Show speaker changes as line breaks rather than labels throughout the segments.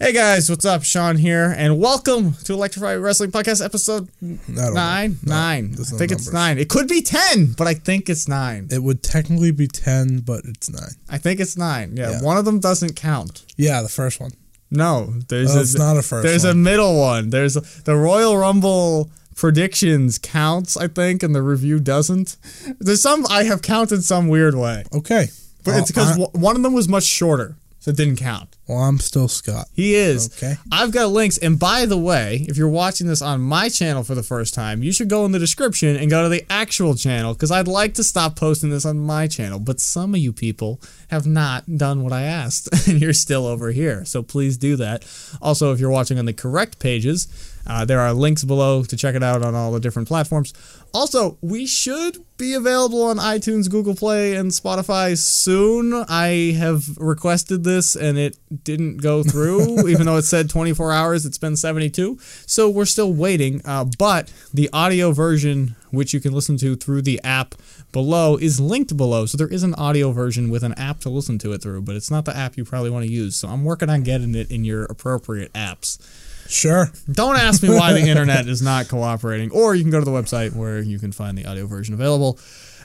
Hey guys, what's up? Sean here, and welcome to Electrify Wrestling Podcast episode
I don't
nine.
Know. No,
nine. I
there's no
think it's
numbers.
nine. It could be ten, but I think it's nine.
It would technically be ten, but it's nine.
I think it's nine. Yeah,
Yeah.
one of them doesn't count.
Yeah, the first one.
No, there's
Oh,
a,
it's not a first
there's a
one.
middle one. There's the Royal Rumble predictions counts, I think, and the review doesn't. There's some I have counted some weird way,
Okay.
but
Well,
it's because
Oh, I,
w- one of them was much shorter, so it didn't count.
well, I'm still Scott.
He is.
Okay.
I've got links. And by the way, if you're watching this on my channel for the first time, you should go in the description and go to the actual channel because I'd like to stop posting this on my channel. But some of you people have not done what I asked and you're still over here. So please do that. Also, if you're watching on the correct pages, uh, there are links below to check it out on all the different platforms. Also, we should be available on iTunes, Google Play, and Spotify soon. I have requested this and it didn't go through, even though it said 24 hours. It's been 72. So we're still waiting. Uh, but the audio version, which you can listen to through the app below, is linked below. So there is an audio version with an app to listen to it through, but it's not the app you probably want to use. So I'm working on getting it in your appropriate apps.
Sure.
Don't ask me why the internet is not cooperating, or you can go to the website where you can find the audio version available,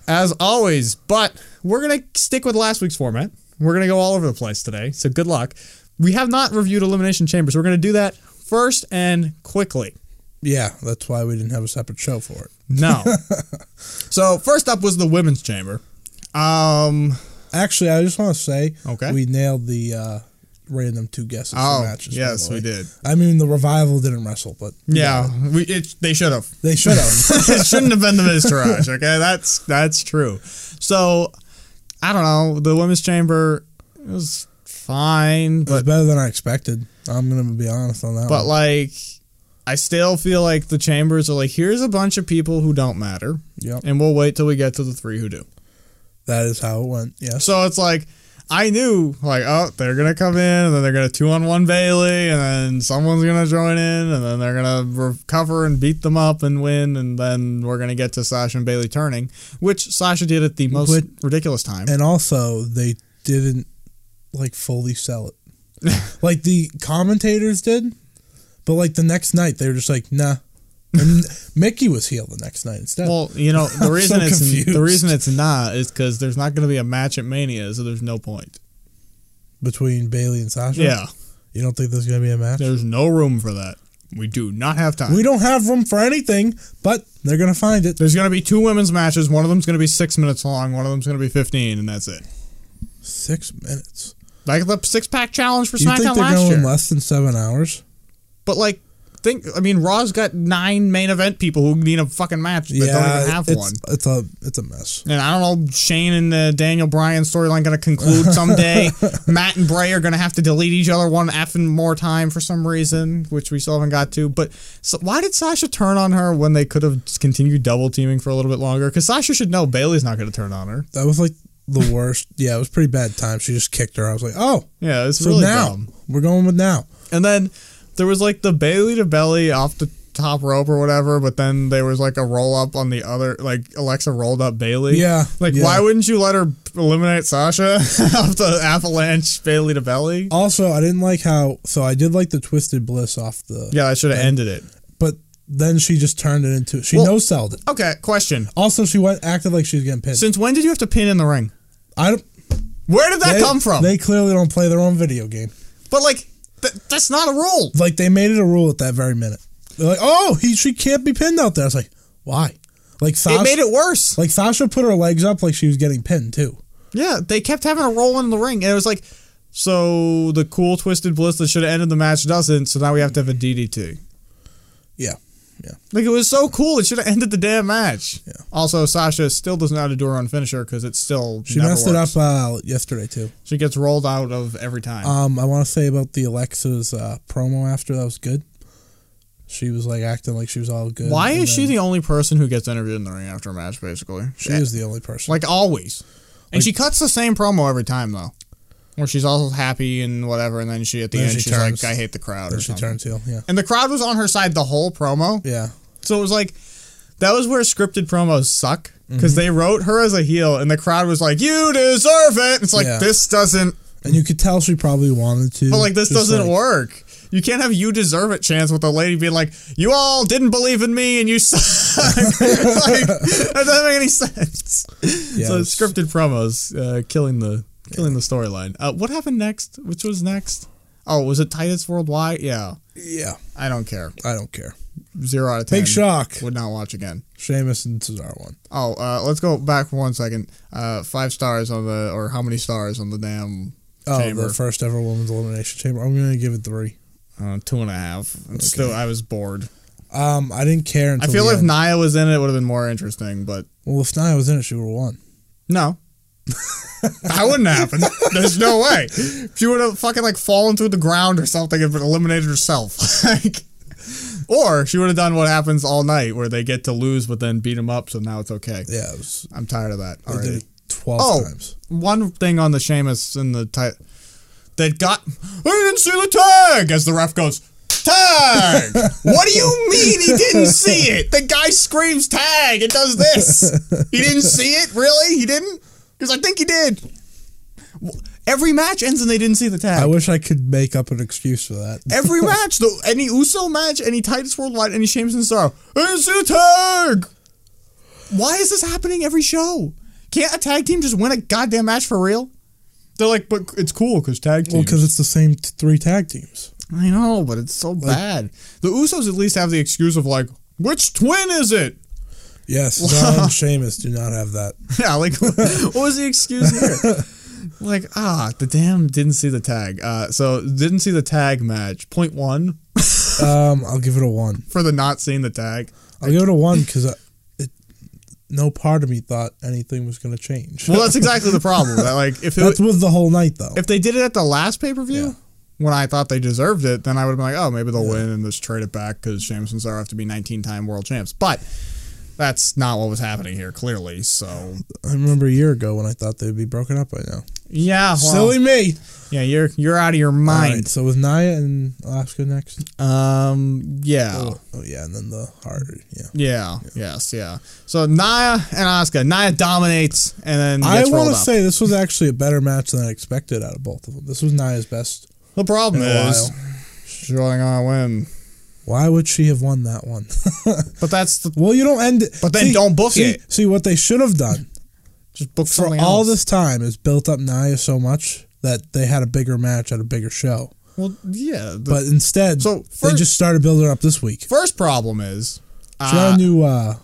as always. But we're going to stick with last week's format. We're going to go all over the place today, so good luck. We have not reviewed Elimination Chamber, so we're going to do that first and quickly.
Yeah, that's why we didn't have a separate show for it.
No. so, first up was the Women's Chamber. Um,
Actually, I just want to say,
Okay.
we nailed the uh, random two guesses
Oh,
for matches. by
yes,
the
we
way.
did.
I mean, the revival didn't wrestle, but
yeah, we, it, they should have.
they should have.
it shouldn't have been the Miz Taraj. Okay, that's that's true. So I don't know. The women's chamber was fine,
it was
but
better than I expected. I'm gonna be honest on that.
but
one.
like I still feel like the chambers are like here's a bunch of people who don't matter,
Yep.
and we'll wait till we get to the three who do.
that is how it went. Yes.
So it's like I knew like oh they're gonna come in and then they're gonna two on one Bailey and then someone's gonna join in and then they're gonna recover and beat them up and win and then we're gonna get to Sasha and Bailey turning, which Sasha did at the most
Which-
ridiculous time.
and also they didn't like fully sell it like the commentators did but like the next night they were just like nah and mickey was heel the next night instead
Well, you know the reason
so
it's the
confused.
reason it's not is because there's not gonna be a match at Mania, so there's no point.
between bailey and sasha
Yeah,
you don't think there's gonna be a match
there's no room for that. We do not have time.
we don't have room for anything but they're gonna find it
there's gonna be two women's matches. One of them's gonna be six minutes long. One of them's gonna be fifteen, and that's it.
six minutes
Like the six pack challenge for
you think
SmackDown
they're
last
going
year.
less than seven hours
But like, think I mean, Raw's got nine main event people who need a fucking match that don't even have
it's,
one.
it's a it's a mess
And I don't know, Shane and uh, Daniel Bryan storyline going to conclude someday. Matt and Bray are going to have to delete each other one effing more time for some reason, which we still haven't got to. But so why did Sasha turn on her when they could have just continued double teaming for a little bit longer? Because Sasha should know Bailey's not going to turn on her.
that was like the worst yeah it was pretty bad time she just kicked her i was like oh
Yeah, it's
so
really
now
dumb.
we're going with now
And then there was like the Bailey to belly off the top rope or whatever, but then there was like a roll up on the other, like Alexa rolled up Bailey.
Yeah,
Like,
yeah.
why wouldn't you let her eliminate Sasha off the avalanche Bailey to belly?
Also, I didn't like how. So I did like the twisted bliss off the.
Yeah, that should have ended it.
But then she just turned it into. She
Well-
no sold it.
Okay, question.
Also, she went acted like she was getting pinned.
Since when did you have to pin in the ring?
I don't.
Where did that
they,
come from?
They clearly don't play their own video game.
but like, th- that's not a rule.
Like they made it a rule at that very minute. They're like, oh, he she can't be pinned out there. I was like, why? Like Sasha.
It made it worse.
like Sasha put her legs up like she was getting pinned too.
Yeah, they kept having a roll in the ring, and it was like, so the cool twisted bliss that should have ended the match doesn't. So now we have to have a DDT.
Yeah, yeah.
Like it was so cool. It should have ended the damn match.
Yeah.
Also, Sasha still doesn't know how to do her own finisher because it's still
She messed it up uh, yesterday too.
She gets rolled out of every time.
Um, I want to say about the Alexa's uh, promo after that was good. She was like acting like she was all good.
Why
and
is she
then
the only person who gets interviewed in the ring after a match? Basically,
She is the only person.
like always, and
Like-
she cuts the same promo every time though, where she's all happy and whatever, and then she at the
Then
end
she
she's
turns.
like, "I hate the crowd,"
Then
or
she
something.
turns heel. Yeah.
And the crowd was on her side the whole promo,
Yeah.
so it was like that was where scripted promos suck because
Mm-hmm.
they wrote her as a heel, and the crowd was like, "You deserve it." It's like
Yeah.
this doesn't
And you could tell she probably wanted to.
But like this
just,
doesn't
like-
work. You can't have you deserve it chance with a lady being like, you all didn't believe in me and you suck. like, that doesn't make any sense.
Yeah,
so
it was-
scripted promos uh, killing the killing the storyline. Uh, what happened next? Which was next? Oh, was it Titus Worldwide? Yeah,
Yeah,
I don't care.
I don't care.
Zero out of ten.
Big shock.
Would not watch again.
Sheamus and Cesaro one.
Oh, uh, let's go back for one second. Uh, five stars on the, or how many stars on the damn
Oh,
chamber?
the first ever women's elimination chamber. I'm gonna give it three.
Uh, two and a half. I'm Still, I was bored.
Um, I didn't care.
I
Until
feel
the
if
end.
Nia was in it, it would have been more interesting, but
well, if Nia was in it, she would have won.
no. that wouldn't happen. There's no way. She would have fucking like fallen through the ground or something and eliminated herself. like, or she would have done what happens all night, where they get to lose but then beat them up, so now it's okay.
Yeah, it was.
I'm tired of that.
They
already.
did it twelve
Oh.
times.
one thing on the Sheamus and the tight that got I didn't see the tag as the ref goes tag. what do you mean he didn't see it? The guy screams tag and does this. He didn't see it, really? He didn't? Because I think he did. W- Every match ends and they didn't see the
I
tag.
wish I could make up an excuse for that.
Every match, though, any Uso match, any Titus Worldwide, any Sheamus and Cesaro, I didn't see the tag. Why is this happening every show? Can't a tag team just win a goddamn match for real? They're like, but it's cool because tag
Well,
team.
because it's the same t- three tag teams.
I know, but it's so bad. The Usos at least have the excuse of like, which twin is it?
Yes, John and Sheamus do not have that.
Yeah, like what was the excuse here? like, ah, the damn didn't see the tag. Uh, so didn't see the tag match. Point one
Um, I'll give it a one.
for the not seeing the tag.
I'll give it a one because it. No part of me thought anything was going to change.
Well, that's exactly the problem. That, like, if it,
That's with the whole night though.
if they did it at the last pay per view,
Yeah.
when I thought they deserved it, then I would have been like, oh, maybe they'll win and just trade it back because James and Cesaro have to be 19 time world champs. But that's not what was happening here, clearly. So
I remember a year ago when I thought they'd be broken up by now.
yeah, well,
Silly me.
Yeah, you're you're out of your
All right,
mind.
so with Naya and Alaska next.
Um, yeah.
Oh. yeah, and then the harder. Yeah.
Yeah, yes, yeah. So Naya and Asuka. Naya dominates and then
I
gets
want
rolled
to
up.
say this was actually a better match than I expected out of both of them. This was Naya's best
the
in
problem
a
is
while.
she's only gonna win.
Why would she have won that one?
But that's the
well, you don't end it.
But then don't book
see,
it.
See what they should have done
just book
for
something
all
else.
this time is built up Naya so much that they had a bigger match at a bigger show.
Well, yeah. The
But instead,
So,
they
first-
just started building up this week.
first problem is
She got
uh,
a new uh,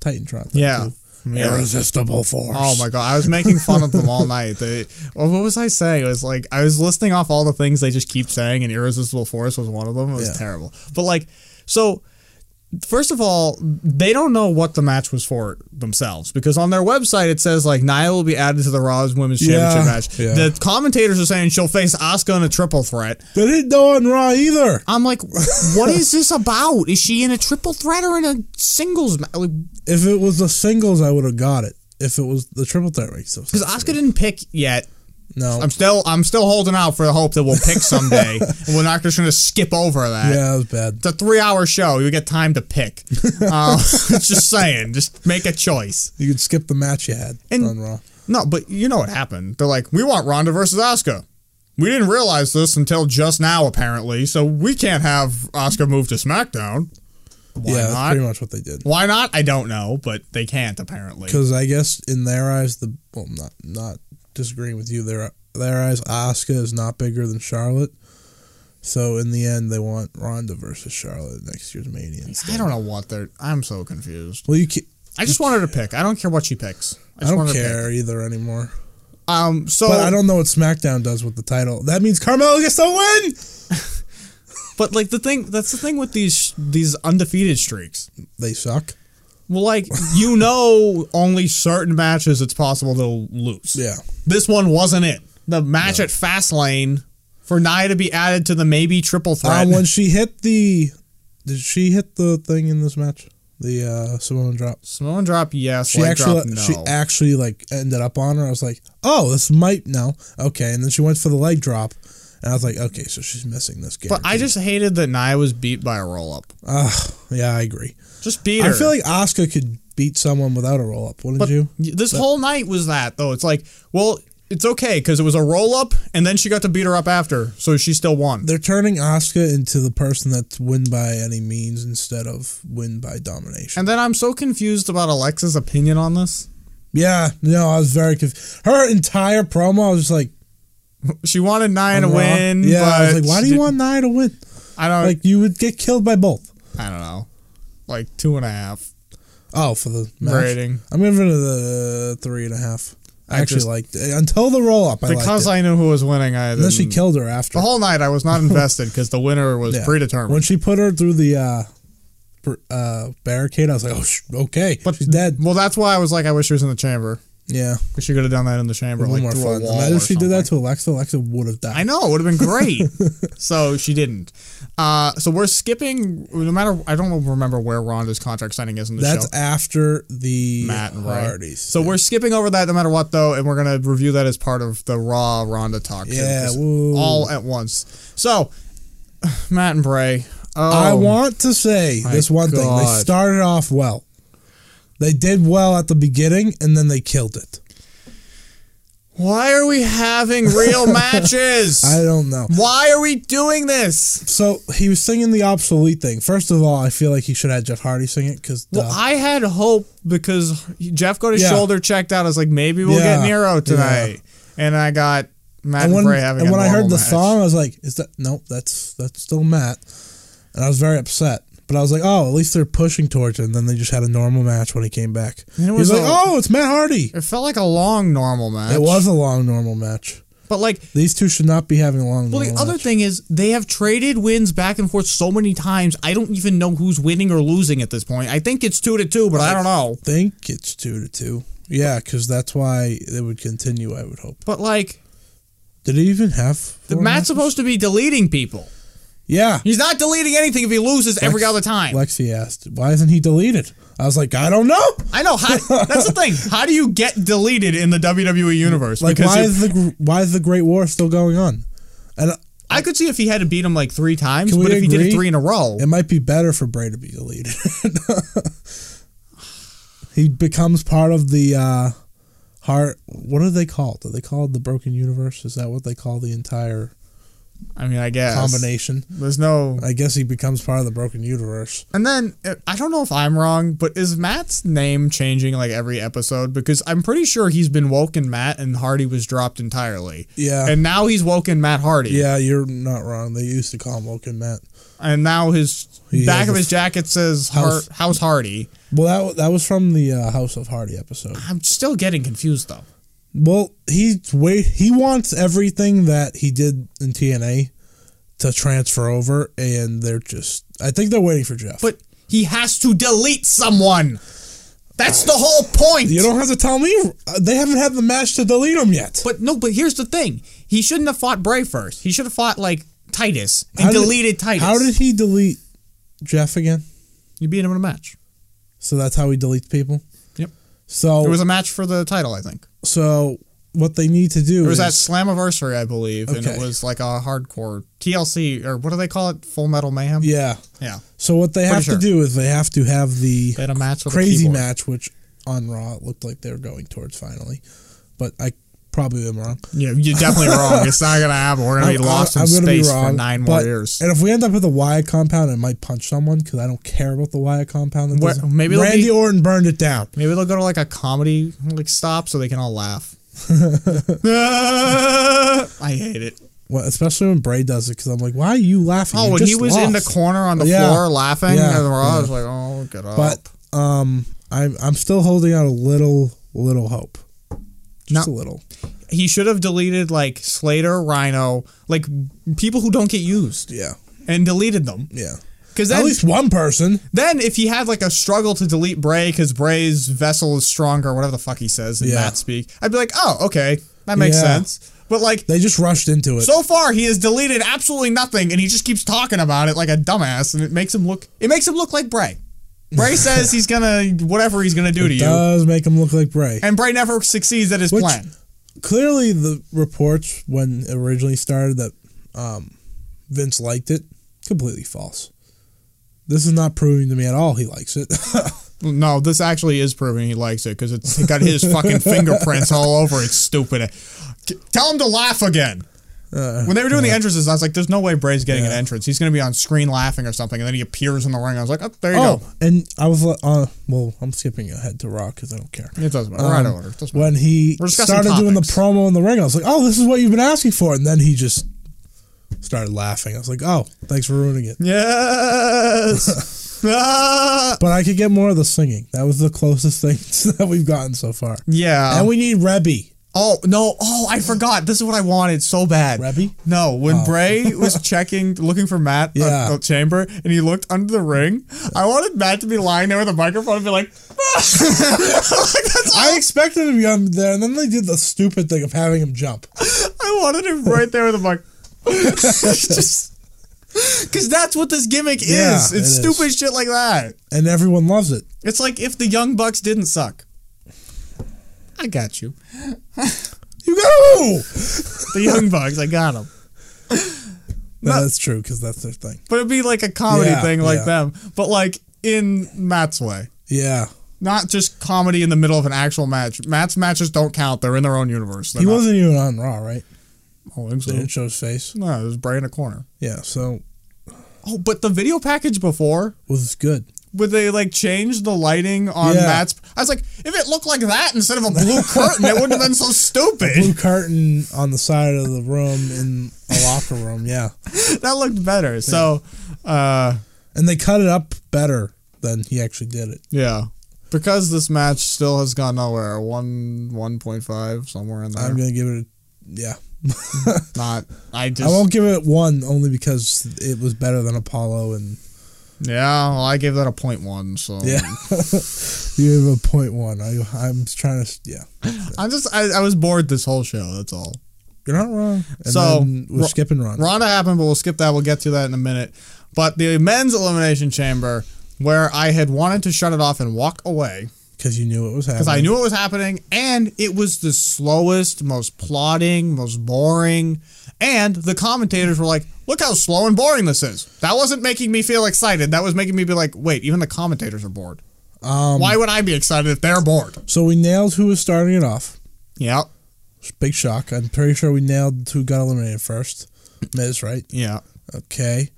Titantron. thing,
Yeah.
too.
Yeah.
Irresistible force.
Oh my god, I was making fun of them all night. They, well, what was I saying? It was like I was listing off all the things they just keep saying, and irresistible force was one of them. It was
Yeah.
terrible. But like, so first of all, they don't know what the match was for themselves because on their website it says like Nia will be added to the Raw's Women's
Yeah,
Championship match.
yeah.
The commentators are saying she'll face Asuka in a triple threat.
They didn't know on Raw either.
I'm like, what is this about? Is she in a triple threat or in a singles match? Like,
If it was the singles, I would have got it. If it was the triple threat race, so
because Asuka didn't pick yet.
no,
I'm still I'm still holding out for the hope that we'll pick someday and we're not just gonna skip over that.
yeah, it was bad.
It's a three hour show. You get time to pick. Uh, just saying. Just make a choice.
You could skip the match you had
And-
on Raw.
No, but you know what happened. They're like, we want Ronda versus Asuka. We didn't realize this until just now, apparently, so we can't have Asuka move to SmackDown. Why
yeah, that's
not?
pretty much what they did.
Why not? I don't know, but they can't apparently.
Because I guess in their eyes, the well, not not disagreeing with you, their their eyes, Asuka is not bigger than Charlotte. So in the end, they want Ronda versus Charlotte at next year's Mania.
I don't know what they're. I'm so confused.
Well, you can,
I just want her to pick. I don't care what she picks. I,
I
just want
don't
her to
care either anymore.
pick. Um. So
But I don't know what SmackDown does with the title. That means Carmelo gets to win.
But like the thing, that's the thing with these these undefeated streaks.
They suck.
Well, like you know, only certain matches it's possible to lose.
Yeah.
This one wasn't it. The match at Fastlane for Nia to be added to the maybe triple threat.
Um, when she hit the, did she hit the thing in this match? The uh, Samoan drop.
Samoan drop, yes.
She
leg
actually,
drop, no.
she actually like ended up on her. I was like, oh, this might no, okay. And then she went for the leg drop, and I was like, okay, so she's missing this game.
but I just hated that Nia was beat by a roll up.
Ugh, yeah, I agree.
Just beat her.
I feel like Oscar could beat someone without a roll up, wouldn't
But
you?
This whole night was that though. It's like, well, it's okay because it was a roll up, and then she got to beat her up after, so she still won.
They're turning Asuka into the person that's win by any means instead of win by domination.
And then I'm so confused about Alexa's opinion on this.
yeah, no, I was very confused. Her entire promo, I was just like,
She wanted Nia
on
to
Raw.
win.
Yeah, I was
but
like, why
she Uh,
do you
didn't-
want Nia to win?
I don't.
Like, you would get killed by both.
I don't know. Like two and a half
Oh, for the match.
rating
I'm giving it a three and a half. I,
I
actually
just-
liked it. until the roll up. I
because
liked it.
I knew who was winning. I
and then
didn't,
she killed her after.
the whole night. I was not invested because the winner was
Yeah.
predetermined.
When she put her through the uh, br- uh, barricade, I was like, oh, sh- okay,
But-
she's dead.
well, that's why I was like, I wish she was in the chamber.
Yeah,
We should have done that in the chamber,
one
like
more
through
fun.
a wall.
Imagine
or
if she did that
something.
to Alexa. Alexa would have died.
I know it would have been great. so she didn't. Uh, so we're skipping. No matter, I don't remember where Ronda's contract signing is in the
That's
show.
after the
Matt and Ray.
Hardys.
So we're skipping over that no matter what, though, and we're gonna review that as part of the Raw Ronda talk. too,
Yeah,
'cause
woo.
all at once. So Matt and Bray. Oh,
I want to say
My
this one thing. They
God.
started off well. They did well at the beginning, and then they killed it.
Why are we having real matches?
I don't know.
why are we doing this?
So he was singing the obsolete thing. First of all, I feel like he should have Jeff Hardy sing it uh, because
Well, I had hope because Jeff got his
Yeah.
shoulder checked out. I was like, maybe we'll
Yeah.
get Nero tonight, and I got Matt
and
and,
when,
Bray having.
and
a
when I heard
normal
the
match.
song, I was like, "Is that nope? That's that's still Matt," and I was very upset. But I was like, "Oh, at least they're pushing towards it." And then they just had a normal match when he came back.
And it
He was
was
like,
a-
"Oh, it's Matt Hardy."
it felt like a long normal match.
It was a long normal match.
but like
These two should not be having a long.
Well, the
normal
other
match.
thing is they have traded wins back and forth so many times. I don't even know who's winning or losing at this point. I think it's two to two, but I don't know.
I think it's two to two. Yeah, because that's why it would continue. I would hope.
But like
Did he even have
the
four
Matt's
matches?
supposed to be deleting people.
Yeah,
He's not deleting anything if he loses every
Lex-
other time.
Lexi asked, "Why isn't he deleted?" I was like, "I don't know."
I know how. that's the thing. How do you get deleted in the WWE universe?
Like, why
you-
is the gr- why is the Great War still going on? And uh,
I could see if he had to beat him like three times,
Can we
but if he did
agree?
it three in a row,
It might be better for Bray to be the leader. he becomes part of the uh, heart. What are they called? Are they called the Broken Universe? Is that what they call the entire
I mean, I guess
combination?
There's no.
I guess he becomes part of the Broken Universe.
And then uh, I don't know if I'm wrong, but is Matt's name changing like every episode? Because I'm pretty sure he's been Woken Matt and Hardy was dropped entirely.
Yeah.
And now he's Woken Matt Hardy.
yeah, you're not wrong. They used to call him Woken Matt.
And now his
He
back
has
of
a
his jacket says
house-
House, House Hardy.
Well, that wa- that was from the uh, House of Hardy episode.
I'm still getting confused though.
Well, he's wait. He wants everything that he did in TNA to transfer over, and they're just. I think they're waiting for Jeff.
But he has to delete someone. That's the whole point.
You don't have to tell me. Uh, They haven't had the match to delete him yet.
but no, but here's the thing. He shouldn't have fought Bray first. He should have fought like Titus and
How did-
deleted Titus.
How did he delete Jeff again?
you beat him in a match?
So that's how he deletes people.
Yep.
So
It was a match for the title, I think.
so what they need to do
It was
is
at Slammiversary, I believe, and it
Mm-hmm. Okay.
was like a hardcore TLC or what do they call it? Full Metal Mayhem.
yeah.
yeah.
So what they have
sure.
to do is they have to have the
They had a match with a
crazy
keyboard.
match, which on Raw it looked like they were going towards finally, but I probably am wrong.
Yeah, you're definitely wrong. It's not gonna happen. We're gonna be
I'm-
lost
I'm
in
gonna be
space for
wrong,
nine more
but-
years.
And if we end up at the Wyatt compound, I might punch someone because I don't care about the Wyatt compound. That
Where-
doesn't-
maybe it'll
Randy
be-
Orton burned it down.
Maybe they'll go to like a comedy like stop so they can all laugh. I hate it.
Well, especially when Bray does it, because I'm like, why are you laughing?
Oh,
You
when
just
he was in the
lost."
corner on the
Yeah.
floor laughing,
Yeah.
and Raw, I was like, "Oh, get up!"
but um, I'm I'm still holding out a little little hope, just
No.
a little.
he should have deleted like Slater, Rhino, like people who don't get used,
Yeah,
and deleted them.
yeah.
Because
At
then,
least one person.
then if he had like a struggle to delete Bray because Bray's vessel is stronger, whatever the fuck he says in
Yeah.
that speak, I'd be like, oh, okay, that makes
Yeah.
sense. But like,
They just rushed into it.
so far he has deleted absolutely nothing, and he just keeps talking about it like a dumbass, and it makes him look it makes him look like Bray. Bray says he's gonna whatever he's gonna do to you,
does make him look like Bray.
and Bray never succeeds at his
Which-
plan.
Clearly, the reports when it originally started that um, Vince liked it completely false. This is not proving to me at all he likes it.
No, this actually is proving he likes it because it's got his fucking fingerprints all over it. Stupid. Tell him to laugh again.
Uh,
when they were doing the entrances, I was like, "There's no way Bray's getting an entrance. He's going to be on screen laughing or something." And then he appears in the ring. I was like, "Oh, there you
Oh,
go."
and I was like, uh, well, I'm skipping ahead to Raw because I don't care.
It doesn't matter. We're out of
Um,
order. It doesn't matter.
When he
We're discussing
started doing the
topics.
promo in the ring, I was like, oh, this is what you've been asking for. And then he just started laughing. I was like, oh, thanks for ruining it.
Yes. Ah!
But I could get more of the singing. That was the closest thing that we've gotten so far.
Yeah.
and we need Rebby.
Oh no! Oh, I forgot. This is what I wanted so bad.
Rebby? Oh.
No, when Bray was checking, looking for Matt at
Yeah.
the chamber, and he looked under the ring. I wanted Matt to be lying there with a microphone and be like,
I expected him to be on there, and then they did the stupid thing of having him jump.
"I wanted him right there with a mic." Just because that's what this gimmick
Yeah,
is. It's
it is.
stupid shit like that.
And everyone loves it.
It's like if the Young Bucks didn't suck. I got you.
You go!
The Young Bucks, I got them.
No, that's true, because that's their thing.
But it'd be like a comedy
Yeah,
thing like
yeah.
them, but like in Matt's way.
Yeah.
not just comedy in the middle of an actual match. Matt's matches don't count. They're in their own universe. They're
He
not-
wasn't even on Raw, right?
I don't think so.
They didn't show his face.
No, it was Bray in a corner.
Yeah, so
Oh, but the video package before,
was good.
where they like changed the lighting on
Yeah.
Matt's. I was like, if it looked like that instead of a blue curtain, it wouldn't have been so
Blue
stupid.
curtain on the side of the room in a locker room, yeah.
that looked better. So, uh,
And they cut it up better than he actually did it.
yeah. Because this match still has gone nowhere, one one point five somewhere in there.
I'm gonna give it a, yeah.
not, I
I
just
won't give it one only because it was better than Apollo and
yeah. Well, I gave that a point one. So
Yeah.
Mm.
you have a point one. I I'm trying to yeah.
I'm just I, I was bored this whole show. That's all.
You're not wrong. And
So,
then we're
Ro-
skipping Ron.
Ronda happened, but we'll skip that. We'll get to that in a minute. But the men's elimination chamber, where I had wanted to shut it off and walk away
because you knew it was happening.
because I knew it was happening, and it was the slowest, most plodding, most boring. And the commentators were like, "Look how slow and boring this is." That wasn't making me feel excited. That was making me be like, "Wait, even the commentators are bored.
Um,
Why would I be excited if they're bored?"
so we nailed who was starting it off.
Yeah,
Big shock. I'm pretty sure we nailed who got eliminated first. Miz, right?
yeah.
Okay.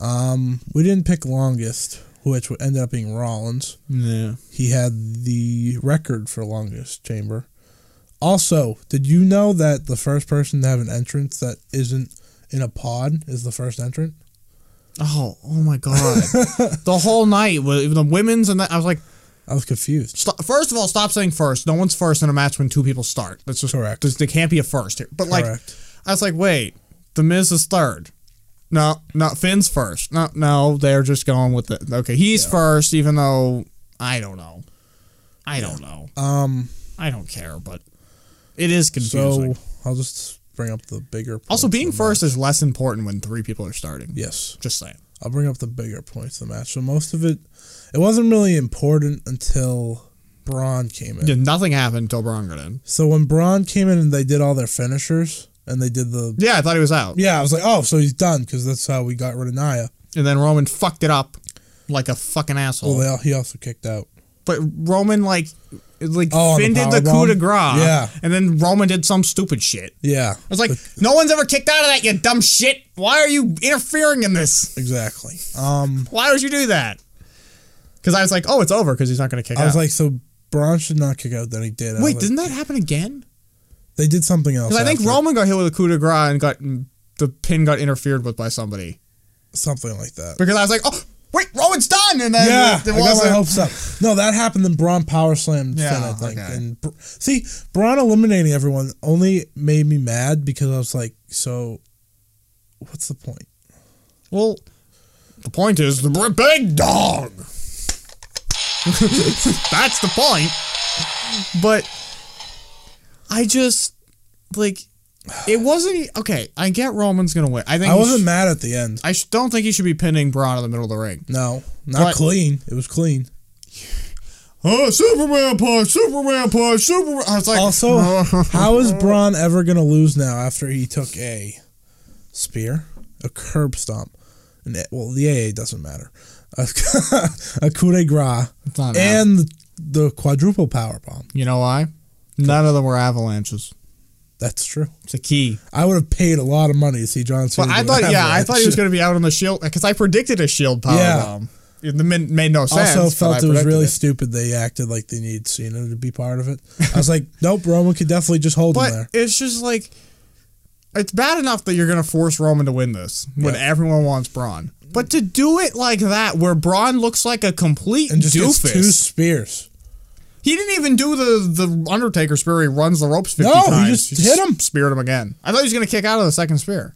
Um, we didn't pick longest, which ended up being Rollins.
Yeah.
He had the record for longest chamber. Also, did you know that the first person to have an entrance that isn't in a pod is the first entrant?
Oh, oh my god! the whole night with the women's and that, I was like,
I was confused.
Stop, first of all, stop saying first. No one's first in a match when two people start. That's just
Correct.
There's, there can't be a first here. But like,
Correct.
I was like, wait, the Miz is third. No, no, Finn's first. No, no, they're just going with it. Okay, he's first, even though I don't know. I don't know.
Um,
I don't care, but it is confusing.
so I'll just bring up the bigger. Points
also, being
of the match.
first is less important when three people are starting.
Yes,
Just saying.
I'll bring up the bigger points of the match. So most of it, it wasn't really important until Braun came in.
Yeah, nothing happened until Braun got in.
So when Braun came in and they did all their finishers and they did the
Yeah, I thought he was out.
yeah, I was like, oh, so he's done because that's how we got rid of Naya.
And then Roman fucked it up like a fucking asshole.
Well, they, al- he also kicked out.
but Roman like like
Oh, on the
Finn did the coup
powerbomb?
de grace,
Yeah.
and then Roman did some stupid shit.
Yeah,
I was like, no one's ever kicked out of that, you dumb shit. Why are you interfering in this?
exactly. Um,
Why would you do that? Because I was like, oh, it's over because he's not going to kick
I
out.
was like, so Braun should not kick out. Then he did. I was
wait,
like,
didn't that happen again?
they did something else?
Because I think
after.
Roman got hit with a coup de grace and got the pin got interfered with by somebody.
something like that.
Because I was like, oh, wait, Roman's done, and then
Yeah,
it
I got my
wasn't.
hopes up. No, that happened. Then Braun power slammed
Yeah,
Finn, I think.
okay.
And Br- see, Braun eliminating everyone only made me mad because I was like, so what's the point?
Well, the point is the br- big dog. That's the point. But I just like it wasn't e-, okay. I get Roman's gonna win. I think
I
he
wasn't
sh-
mad at the end.
I sh- don't think he should be pinning Braun in the middle of the ring.
No, not
But-
clean. It was clean.
Oh, Superman punch! Superman punch! Superman. I was like,
Also, how is Braun ever gonna lose now after he took a spear, a curb stomp? An, well, the AA doesn't matter. a, a coup de grace,
It's not an
and the, the quadruple power bomb.
You know why? None of them were avalanches.
That's true.
It's a key.
I would have paid a lot of money to see John Cena.
Well, I
do
thought,
an
yeah, I thought he was
avalanche.
going to be out on the shield because I predicted a shield power
Yeah.
bomb. It made, made no sense.
Also,
but I
felt it was
predicted
really stupid. They acted like they need Cena to be part of it. I was like, nope, Roman could definitely just hold him
But
there.
it's just like it's bad enough that you're going to force Roman to win this when
Yeah.
everyone wants Braun. But to do it like that, where Braun looks like a complete
And just gets
doofus,
two spears.
he didn't even do the the Undertaker spear. He runs the ropes fifty
No, he
times.
just hit him.
speared him again. I thought he was going to kick out of the second spear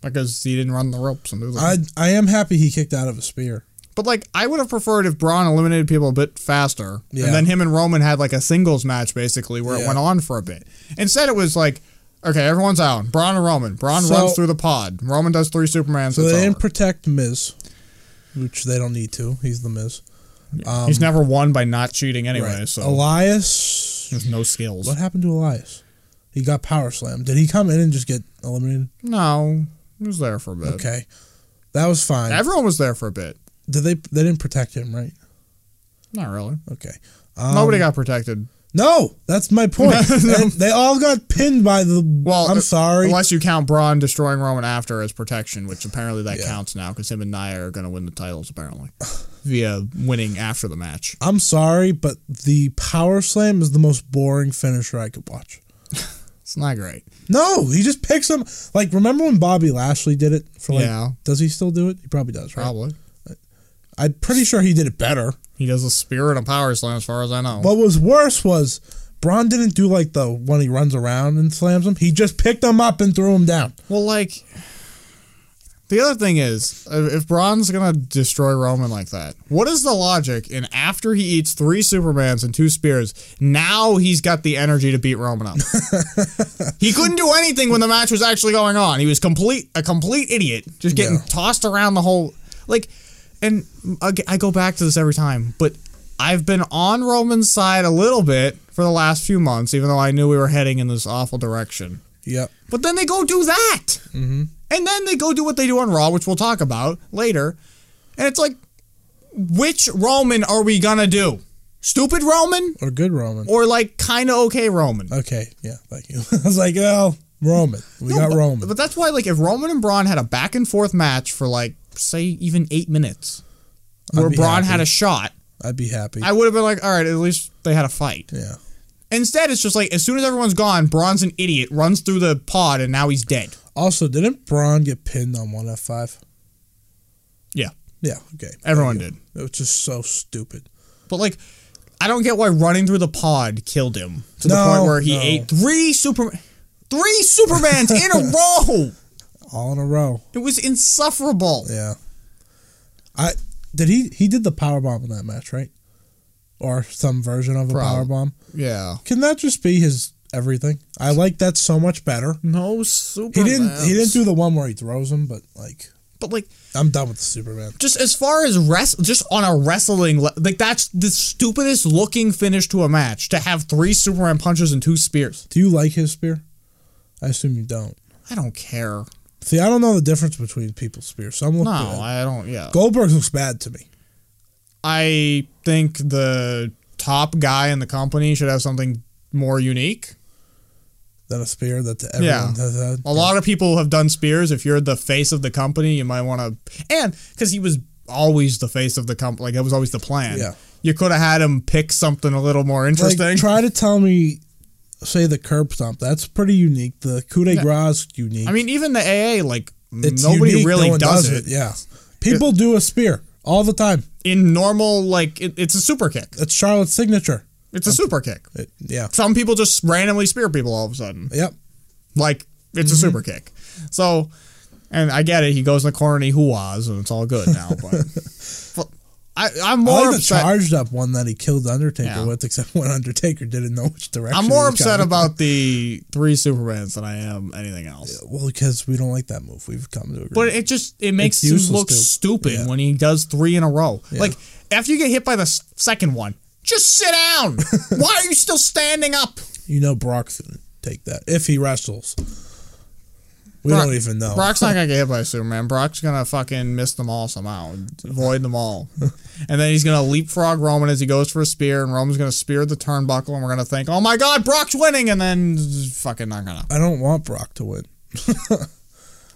because he didn't run the ropes and do that.
I I am happy he kicked out of a spear.
But like, I would have preferred if Braun eliminated people a bit faster,
Yeah.
and then him and Roman had like a singles match basically, where it
Yeah.
went on for a bit. Instead, it was like, okay, everyone's out. Braun and Roman. Braun
So-
runs through the pod. Roman does three Supermans.
So
it's
they
over.
didn't protect Miz, which they don't need to. He's the Miz. Um,
He's never won by not cheating anyway,
right.
so
Elias.
there's no skills.
What happened to Elias? He got power slammed. Did he come in and just get eliminated?
No, he was there for a bit.
Okay, that was fine.
Everyone was there for a bit.
Did they? They didn't protect him, right?
Not really.
Okay. Um,
Nobody got protected.
No, that's my point. they, they all got pinned by the.
Well,
I'm
uh,
sorry.
Unless you count Braun destroying Roman after as protection, which apparently that
Yeah.
counts now because him and Nia are going to win the titles apparently via winning after the match.
I'm sorry, but the power slam is the most boring finisher I could watch.
It's not great.
No, he just picks him. Like, remember when Bobby Lashley did it for like?
Yeah.
Does he still do it? He probably does, right?
Probably.
I'm pretty sure he did it better.
He does a spear and a power slam, as far as I know.
What was worse was Braun didn't do like the when he runs around and slams him. He just picked him up and threw him down.
well, like the other thing is, if if Braun's gonna destroy Roman like that, what is the logic in after he eats three Supermans and two spears, now he's got the energy to beat Roman up? he couldn't do anything when the match was actually going on. He was complete a complete idiot, just getting
Yeah.
tossed around the whole like. And ag- I go back to this every time, but I've been on Roman's side a little bit for the last few months, even though I knew we were heading in this awful direction.
Yep.
But then they go do that.
Mm-hmm.
And then they go do what they do on Raw, which we'll talk about later. And it's like, which Roman are we going to do? Stupid Roman
Or good Roman.
or like kind of okay Roman?
Okay. Yeah. Thank you. I was like, oh, Roman. We got Roman.
But that's why, like, if Roman and Braun had a back and forth match for like, say, even eight minutes,
I'd
where
be
Braun
happy.
had a shot,
I'd be happy.
I would have been like, all right, at least they had a fight.
yeah.
Instead, it's just like, as soon as everyone's gone, Braun's an idiot, runs through the pod, and now he's dead.
Also, didn't Braun get pinned on one F five?
Yeah.
Yeah. Okay.
Everyone did.
It was just so stupid.
But like, I don't get why running through the pod killed him to the
No,
point where he
no.
ate three super, three Supermans in a row.
All in a row.
It was insufferable.
Yeah. I did he he did the power bomb in that match, right? Or some version of a
Probably.
power bomb.
Yeah.
Can that just be his everything? I like that so much better.
No Superman.
He didn't he didn't do the one where he throws him, but like
But like,
I'm done with the Superman.
just as far as rest, just on a wrestling, le- like that's the stupidest looking finish to a match to have three Superman punches and two spears.
Do you like his spear? I assume you don't.
I don't care.
See, I don't know the difference between people's spears. Some look
No,
bad.
I don't. Yeah.
Goldberg looks bad to me.
I think the top guy in the company should have something more unique.
Than a spear that everyone
Yeah.
has had.
A lot of people have done spears. If you're the face of the company, you might want to. And because he was always the face of the company, like that was always the plan.
Yeah.
You could have had him pick something a little more
Like,
interesting.
try to tell me, say the curb stomp. That's pretty unique. The coup de grace is unique.
I mean, even the AA, like nobody
unique,
really
no one
does, it.
Yeah, people do a spear all the time.
in normal. Like it, it's a super kick.
That's Charlotte's signature.
It's a super kick.
It- yeah.
Some people just randomly spear people all of a sudden.
Yep.
Like it's
Mm-hmm.
a super kick. So, and I get it. He goes in the corner and he hoo-ahs, and it's all good now. But, but I, I'm
I
more
like the
upset.
charged up one that he killed Undertaker
Yeah.
with, except when Undertaker didn't know which direction.
I'm
he
more
was
upset
going.
about the three Supermans than I am anything else.
Well, because we don't like that move. We've come to agree.
But it just it makes him
useless
look
too.
stupid
Yeah.
when he does three in a row. Like after you get hit by the s- second one, just sit down. Why are you still standing up?
you know Brock's gonna take that if he wrestles. We
Brock-
don't even know.
Brock's not gonna get hit by Superman. Brock's gonna fucking miss them all somehow, avoid them all, and then he's gonna leapfrog Roman as he goes for a spear, and Roman's gonna spear the turnbuckle, and we're gonna think, oh my god, Brock's winning, and then fucking not gonna.
I don't want Brock to win.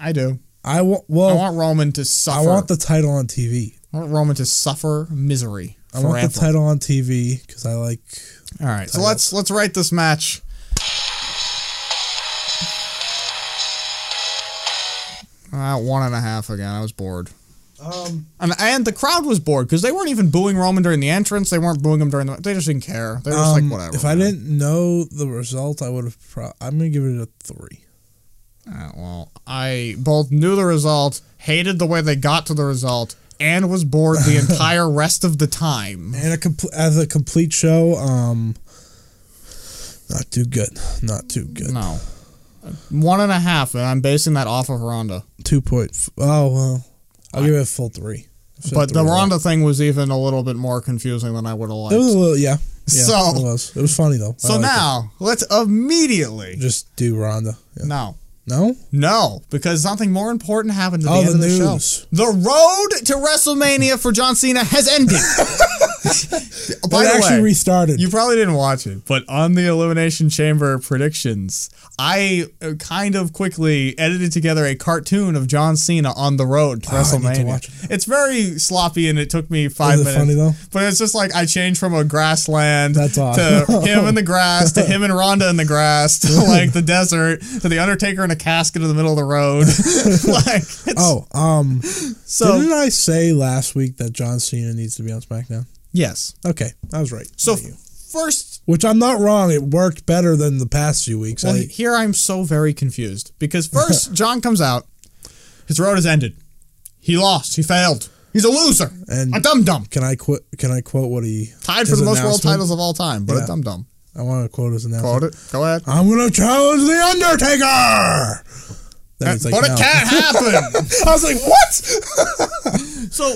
I do.
I want.
I
Well,
want Roman to suffer.
I want the title on TV.
I want Roman to suffer misery
I
forever.
want the title on TV because I like.
All right, so let's let's rate this match. Uh, one and a half again. I was bored.
Um,
And, and the crowd was bored because they weren't even booing Roman during the entrance. They weren't booing him during the. They just didn't care. They were just like, whatever.
Um, If I
man."
didn't know the result, I would have. Pro- I'm gonna give it a three.
Uh, well, I both knew the result, hated the way they got to the result, and was bored the entire rest of the time.
And a compl- as a complete show, um, not too good. Not too good.
No. One and a half, and I'm basing that off of Ronda.
Two point. F- oh well, I'll give it a full three. I said
But the
three.
Ronda thing was even a little bit more confusing than I would have
It was
liked.
a little yeah. yeah
So-
it was. It was funny though. I
So
liked
now, let's
it.
immediately.
just do Rhonda. Yeah.
No.
No.
No, because something more important happened at the
Oh,
end
the
of the
news.
show. The road to WrestleMania for John Cena has ended. Oh, By
it
the
actually
way,
restarted.
you probably didn't watch it, but on the Elimination Chamber predictions, I uh, kind of quickly edited together a cartoon of John Cena on the road to
I need to
WrestleMania.
watch it.
It's very sloppy, and it took me five
it
minutes.
funny, though?
But it's just like I changed from a grassland
That's
to
awesome.
him in the grass to him and Rhonda in the grass to like the desert to the Undertaker in a casket in the middle of the road. like it's,
oh, um,
so
didn't I say last week that John Cena needs to be on SmackDown?
yes.
Okay, I was right.
So
Not you.
first
which I'm not wrong. It worked better than the past few weeks.
Well,
I-
he- here I'm so very confused because first John comes out, his road has ended. He lost. He failed. He's a loser.
And-
a dum dum.
can I quote? Can I quote what he
Tied for
his
the most world
announcement?
titles of all time, but
Yeah.
a dum dum.
I want to quote his announcement.
Quote it. Go ahead.
I'm gonna challenge the Undertaker. Then he's like,
but
no.
it can't happen.
I was like, what?
so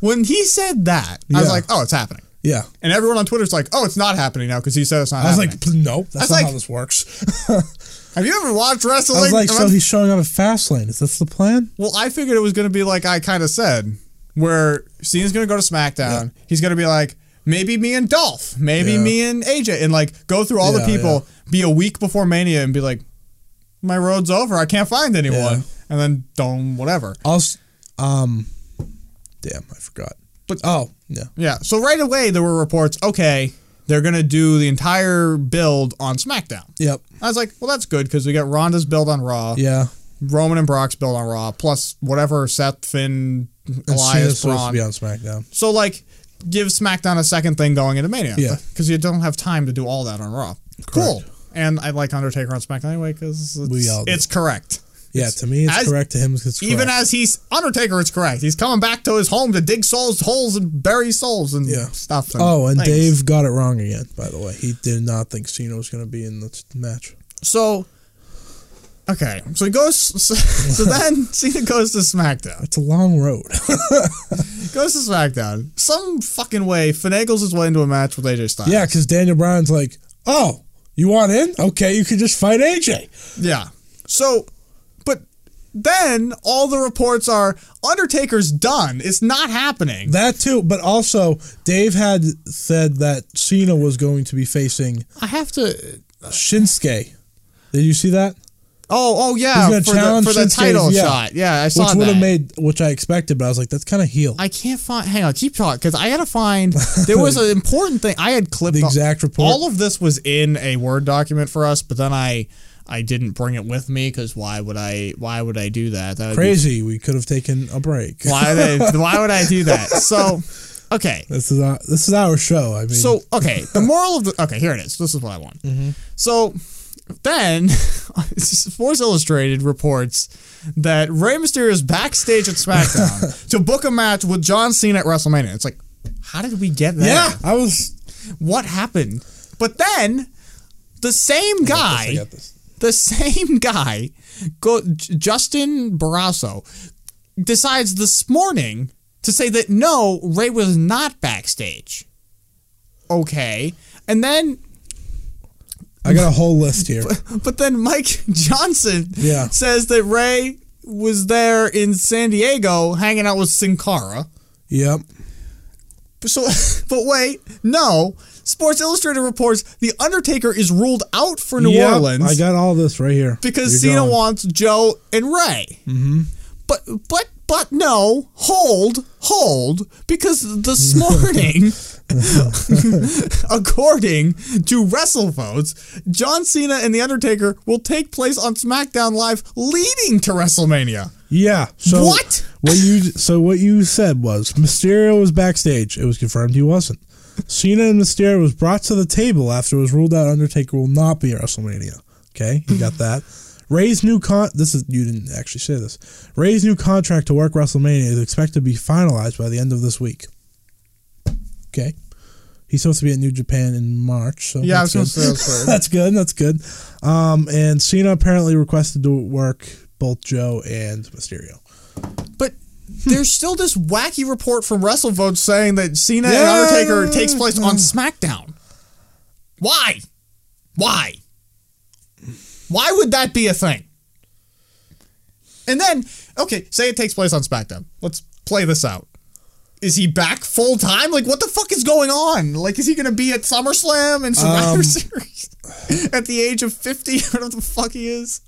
when he said that, I
Yeah.
was like, oh, it's happening.
Yeah.
And everyone on Twitter's like, oh, it's not happening now because he said it's not
I was
happening.
like, "P- nope, that's
Ah. was
not
like-
how this works.
Have you ever watched wrestling?
I was like,
And
so
I'm-
he's showing up at Fastlane. Is this the plan?
Well, I figured it was going to be like I kind of said, where Cena's going to go to SmackDown. He's going to be like, maybe me and Dolph, maybe
Yeah.
me and AJ, and like go through all
Yeah,
the people, be a week before Mania, and be like, my road's over. I can't find anyone.
Yeah.
And then don't whatever.
Also, um, damn, I forgot.
But-
oh, yeah,
Yeah. So right away there were reports. Okay, they're going to do the entire build on SmackDown.
yep,
I was like, well, that's good because we got Ronda's build on Raw,
yeah.
Roman and Brock's build on Raw, plus whatever Seth, Finn,
And Cena's
Elias,
supposed
Braun.
to be on SmackDown.
So like, give SmackDown a second thing going into Mania.
Yeah.
Because you don't have time to do all that on Raw. Cool. And I like Undertaker on SmackDown anyway because
We all
it's,
do.
it's correct.
Yeah, to me, it's
as-
correct. To him, it's correct.
Even as he's Undertaker, it's correct. He's coming back to his home to dig souls, holes, and bury souls and
Yeah.
stuff. And
oh, and
things.
Dave got it wrong again. By the way, he did not think Cena was going to be in the match.
So, okay. So he goes. So, so then Cena goes to SmackDown.
It's a long road.
Goes to SmackDown. Some fucking way finagles his way into a match with AJ Styles.
yeah, because Daniel Bryan's like, oh, you want in? Okay, you can just fight AJ.
Yeah. So, but then all the reports are Undertaker's done. It's not happening.
That too, but also Dave had said that Cena was going to be facing
I have to.
Shinsuke. Did you see that?
Oh, oh
He's
yeah,
gonna
for the,
challenge
for the
Shinsuke's-
title
yeah.
shot. Yeah, I saw
Which would
that.
have made, which I expected, but I was like, that's kind of heel.
I can't find. Hang on, keep talking because I gotta find. There was an important thing I had clipped
The
all-
exact report?
All of this was in a Word document for us, but then I I didn't bring it with me because why would I? Why would I do that? That would be
Crazy. We could have taken a break.
Why they, Why would I do that? So, okay.
This is our, this is our show. I mean,
So okay, the moral of the okay here it is. This is what I want. So then, Sports Illustrated reports that Rey Mysterio is backstage at SmackDown to book a match with John Cena at WrestleMania. It's like, how did we get there?
yeah, I was.
What happened? But then, the same
I
guy,
got this.
the same guy, go, J- Justin Barrasso, decides this morning to say that no, Ray was not backstage okay. And then
I got a whole list here.
But then Mike Johnson
Yeah.
says that Ray was there in San Diego hanging out with Sin Cara.
Yep.
But So, but wait, no. Sports Illustrated reports The Undertaker is ruled out for New
Yep,
Orleans
I got all this right here.
because
You're
Cena
going.
wants Joe and Ray. Mm-hmm. But but but no, hold hold because this morning, according to WrestleVotes, John Cena and The Undertaker will take place on SmackDown Live, leading to WrestleMania.
Yeah. So
What?
What you so what you said was Mysterio was backstage. It was confirmed he wasn't. Cena and Mysterio was brought to the table after it was ruled out Undertaker will not be at WrestleMania. Okay, you got that. Ray's new con this is you didn't actually say this. Ray's new contract to work WrestleMania is expected to be finalized by the end of this week. Okay. He's supposed to be at New Japan in March. So
Yeah, I
that's
was
good.
gonna say that's right.
that's good. That's good. Um, and Cena apparently requested to work both Joe and Mysterio.
But there's still this wacky report from WrestleVote saying that Cena
Yeah. Mm.
and Undertaker takes place on SmackDown. Why? Why? Why would that be a thing? And then, okay, say it takes place on SmackDown. Let's play this out. Is he back full time? Like, what the fuck is going on? Like, is he going to be at SummerSlam and Survivor
Um,
Series at the age of 50? Whatever the fuck he is.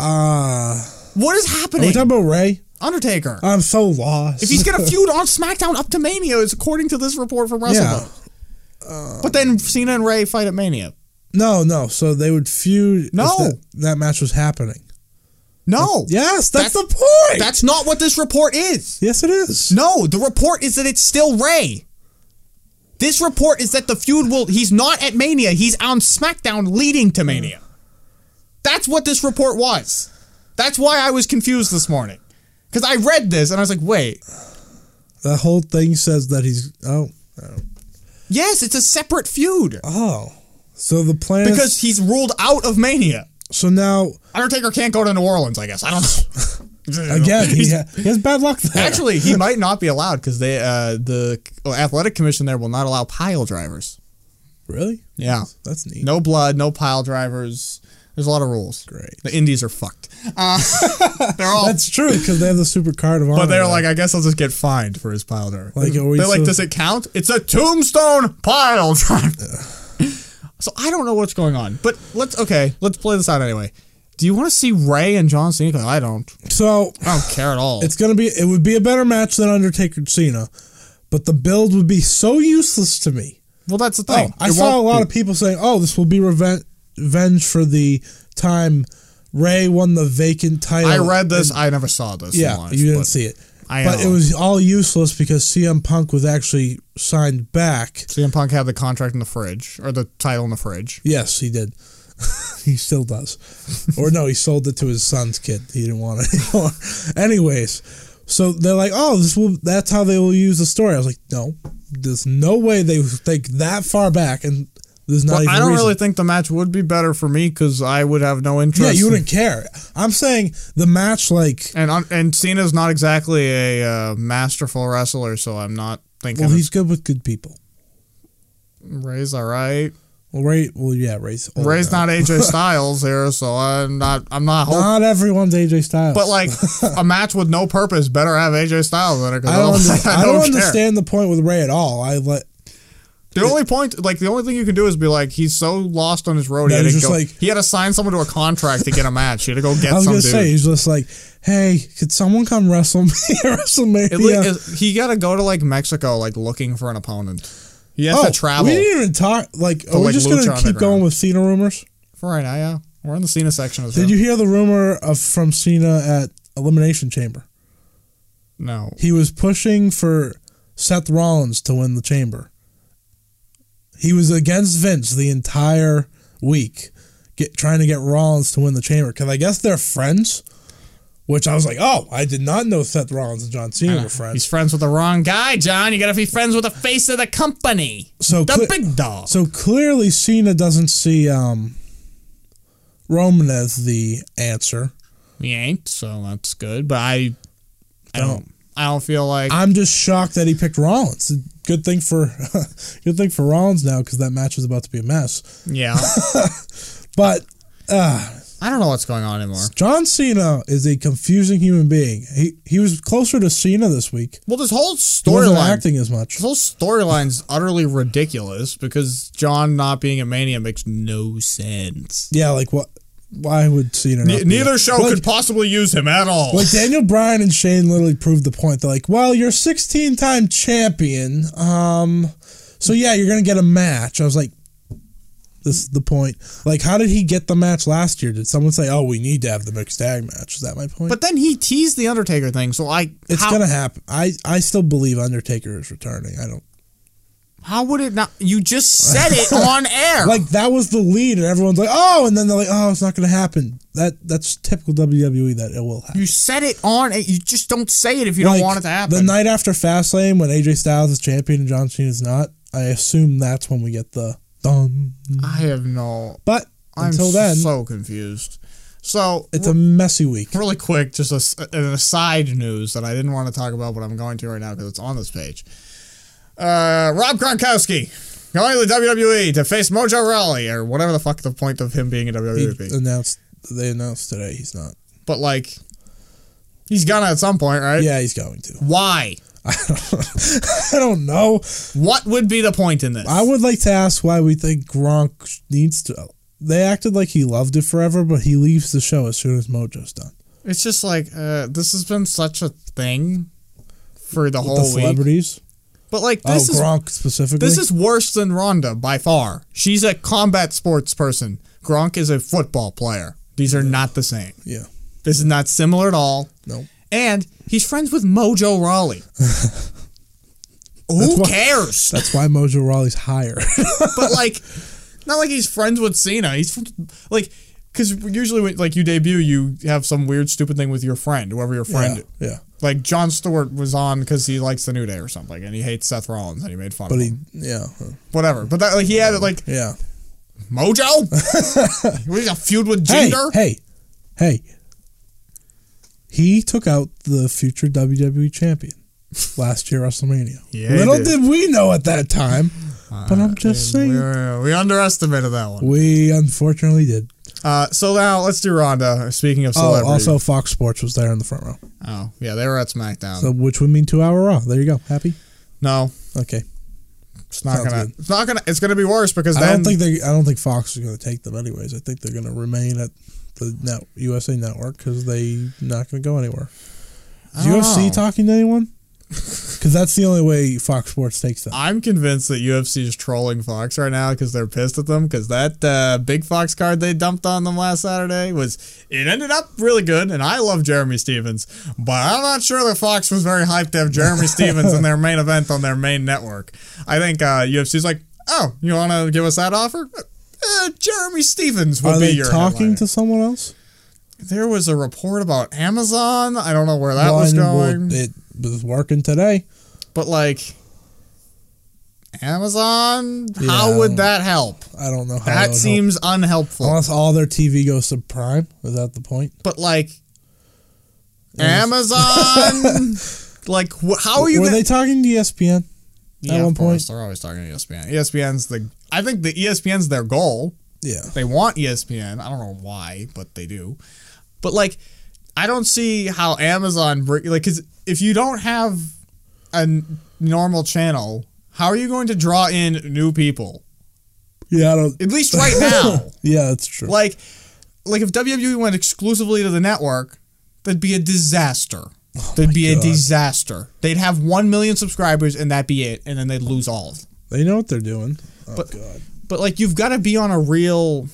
Ah.
What is
Are we
happening?
talking about Ray?
Undertaker.
I'm so lost.
If he's gonna feud on SmackDown up to Mania, is according to this report from WrestleMania. but then Cena and Ray fight at Mania.
no, no. So they would feud. if
No.
that, that match was happening.
No,
Yes, that's
That-
the point.
that's not what this report is.
yes, it is.
No, the report is that it's still Ray. This report is that the feud will. He's not at Mania. He's on SmackDown, leading to Mania. That's what this report was. That's why I was confused this morning, because I read this and I was like, wait.
The whole thing says that he's. Oh,
Yes, it's a separate feud
oh. So the plan. is-
because he's ruled out of Mania.
so now
Undertaker can't go to New Orleans, I guess. I don't know.
again he, ha- he has bad luck there.
Actually, he might not be allowed because they uh, the athletic commission there will not allow pile drivers.
really?
Yeah,
That's neat.
no blood, no pile drivers. There's a lot of rules.
Great.
The Indies are fucked. Uh, they're all,
That's true because they have the super card of honor.
but they're
now.
like, I guess I'll just get fined for his pile driver.
Like, are we
they're like,
supposed-
does it count? It's a tombstone pile driver. so I don't know what's going on, but let's okay, let's play this out anyway. Do you want to see Ray and John Cena? 'Cause I don't.
so.
I don't care at all.
It's gonna be. It would be a better match than Undertaker and Cena, but the build would be so useless to me.
Well, that's the
Oh,
thing.
I
It
saw a
won't
lot
be-
of people saying, "Oh, this will be reven- revenge for the time Ray won the vacant title."
I read this. I never saw this.
Yeah,
live,
you didn't
but
see it,
I
but
know.
it was all useless because CM Punk was actually signed back.
CM Punk had the contract in the fridge or the title in the fridge.
Yes, he did. he still does, or no, he sold it to his son's kid. He didn't want it anymore. Anyways, so they're like, "Oh, this will." That's how they will use the story. I was like, "No, there's no way they would think that far back." And there's not.
But
even
I don't
reason.
really think the match would be better for me because I would have no interest.
Yeah, you
in-
wouldn't care. I'm saying the match, like,
And on- and Cena's not exactly a uh, masterful wrestler, so I'm not thinking
well, he's good with good people.
Ray's all right.
Well, Ray, well, yeah, Ray's old
Ray's
now.
not AJ Styles here, so I'm not. I'm not. Hope-
Not everyone's AJ Styles.
but like a match with no purpose better have AJ Styles in it because
I don't, under-
I
I don't
don't care.
understand the point with Ray at all. I like,
The only point, like the only thing you can do is be like, he's so lost on his road. he,
No,
had
he's
to
just
go-
like-
he had to sign someone to a contract to get a match. He had to go get
I was
some
gonna
dude.
say he's just like, hey, could someone come wrestle me at
At lea-
WrestleMania?
is- he got to go to like Mexico, like looking for an opponent. He has
oh,
to travel.
we didn't even talk. Like, are we
like,
just
Lucha
gonna keep
Underground.
going with Cena rumors?
for right now, yeah, we're in the Cena section. Of
Did you hear the rumor of from Cena at Elimination Chamber?
No,
He was pushing for Seth Rollins to win the chamber. He was against Vince the entire week, get, trying to get Rollins to win the chamber because I guess they're friends. Which I was like, oh, I did not know Seth Rollins and John Cena were
he's
friends.
friends with the wrong guy, John. You got to be friends with the face of the company,
So
the
cle-
big dog.
So clearly, Cena doesn't see um, Roman as the answer.
he ain't, so that's good. But I, I don't.
Don't.
I don't feel like
I'm just shocked that he picked Rollins. Good thing for good thing for Rollins now because that match was about to be a mess.
yeah.
But
I don't know what's going on anymore.
John Cena is a confusing human being. He he was closer to Cena this week.
Well, this whole
He wasn't
storyline
acting as much.
this whole storyline's utterly ridiculous because John not being a mania makes no sense.
Yeah, like what? Why would Cena? Not
Ne-
be-
neither show
like,
could possibly use him at all.
Like Daniel Bryan and Shane literally proved the point. They're like, "Well, you're 16 time champion, um, so yeah, you're gonna get a match." I was like, "This is the point." Like, how did he get the match last year? Did someone say, "Oh, we need to have the mixed tag match"? Is that my point?
but then he teased the Undertaker thing, so I
it's
how,
gonna happen. I I still believe Undertaker is returning. I don't
how would it not? You just said it on air.
like that was the lead, and everyone's like, "Oh," and then they're like, "Oh, it's not gonna happen." That that's typical WWE that it will happen.
you said it on. You just don't say it if you
Like,
don't want it to happen.
The night after Fastlane, when AJ Styles is champion and John Cena is not, I assume that's when we get the dun.
I have no.
But
I'm
until then,
so confused. So
it's a messy week.
really quick, just a s an aside news that I didn't want to talk about, but I'm going to right now because it's on this page. Uh, Rob Gronkowski going to the WWE to face Mojo Raleigh or whatever the fuck the point of him being in
He uh,
WWE. E would be.
announced they announced today he's not.
But like, he's gonna at some point, right?
Yeah, he's going to.
Why?
I don't know.
What would be the point in this?
I would like to ask why we think Gronk needs to. They acted like he loved it forever, but he leaves the show as soon as Mojo's done.
it's just like uh, this has been such a thing for the whole
the
week.
celebrities.
But like,
Oh,
this is
Gronk specifically.
This is worse than Rhonda by far. She's a combat sports person. Gronk is a football player. These are not the same.
yeah.
This is not similar at all.
No.
And he's friends with Mojo Raleigh. Who cares?
That's why Mojo Raleigh's higher.
but like, not like he's friends with Cena. He's fr- like, because usually when like you debut, you have some weird stupid thing with your friend, whoever your friend.
yeah. yeah.
Like John Stewart was on because he likes the New Day or something, and he hates Seth Rollins, and he made fun
But
of
he,
him.
yeah. huh.
Whatever. But that like he had it like
Yeah.
Mojo? we got feud with
Hey,
Jinder?
hey, hey. He took out the future WWE champion last year WrestleMania.
Yeah, he
Little
did. Uh,
did. we know at that time. But I'm just saying
Yeah, we underestimated that one.
we unfortunately did.
Uh, so now let's do Ronda. Speaking of
Oh,
celebrities.
also Fox Sports was there in the front row.
Oh, yeah, they were at SmackDown.
So which would mean 2 hour raw. There you go. Happy?
no,
Okay.
it's not
Sounds
gonna.
good.
It's not gonna. It's gonna be worse because
I
then
don't think they I don't think Fox is going to take them anyways. I think they're going to remain at the net, USA network cuz they not going to go anywhere. Is
I don't
UFC
know.
talking to anyone? Cuz that's the only way Fox Sports takes them.
I'm convinced that UFC is trolling Fox right now because they're pissed at them because that uh, big Fox card they dumped on them last Saturday was it ended up really good and I love Jeremy Stevens, but I'm not sure that Fox was very hyped to have Jeremy Stevens in their main event on their main network. I think uh, UFC's like, oh, you want to give us that offer? Uh, Jeremy Stevens will
Are
be
they
your
talking
headliner.
to someone else?
There was a report about Amazon. I don't know where that was
Well,
going,
It was working today.
but like. Amazon,
Yeah, I
how
don't-
would that help?
I don't know how that would
That
help.
seems unhelpful.
unless all their TV goes to Prime. Is that the point?
but like Amazon, like wh- how are Oh, you?
Were
gonna-
they talking to E ESPN?
yeah,
at
of
one
course, they're always talking to E ESPN. ESPN's the. I think the E ESPN's their goal.
Yeah.
They want E ESPN. I don't know why, but they do. But like, I don't see how Amazon br- like because if you don't have a n- normal channel, how are you going to draw in new people?
Yeah, I don't.
At least right now.
Yeah, that's true.
Like, like if WWE went exclusively to the network, that'd be a disaster. That'd be
God.
a disaster. They'd have one million subscribers and that'd be it, and then they'd lose all. Of them.
They know what they're doing. Oh
But-
God.
But like, you've got to be on a real.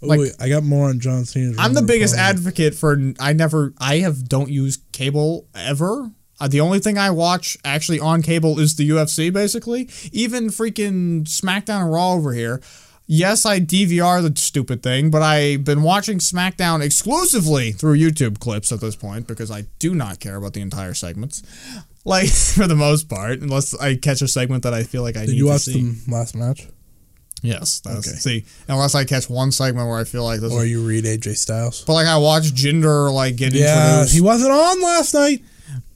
Oh,
like-
wait, I got more on John Cena's.
I'm the
Roman
biggest
Reigns.
advocate for. I never. I have don't use cable ever. Uh, the only thing I watch actually on cable is the UFC, basically. Even freaking SmackDown and Raw over here. Yes, I DVR the stupid thing, but I've been watching SmackDown exclusively through YouTube clips at this point because I do not care about the entire segments. Like, for the most part, unless I catch a segment that I feel like I
Did
need
you
to
watch
see.
the last match,
Yes. That's,
Okay.
See, unless I catch one segment where I feel like this
or
is.
you read AJ Styles?
But, like, I watched Jinder, like, get
Yeah,
introduced.
he wasn't on last night.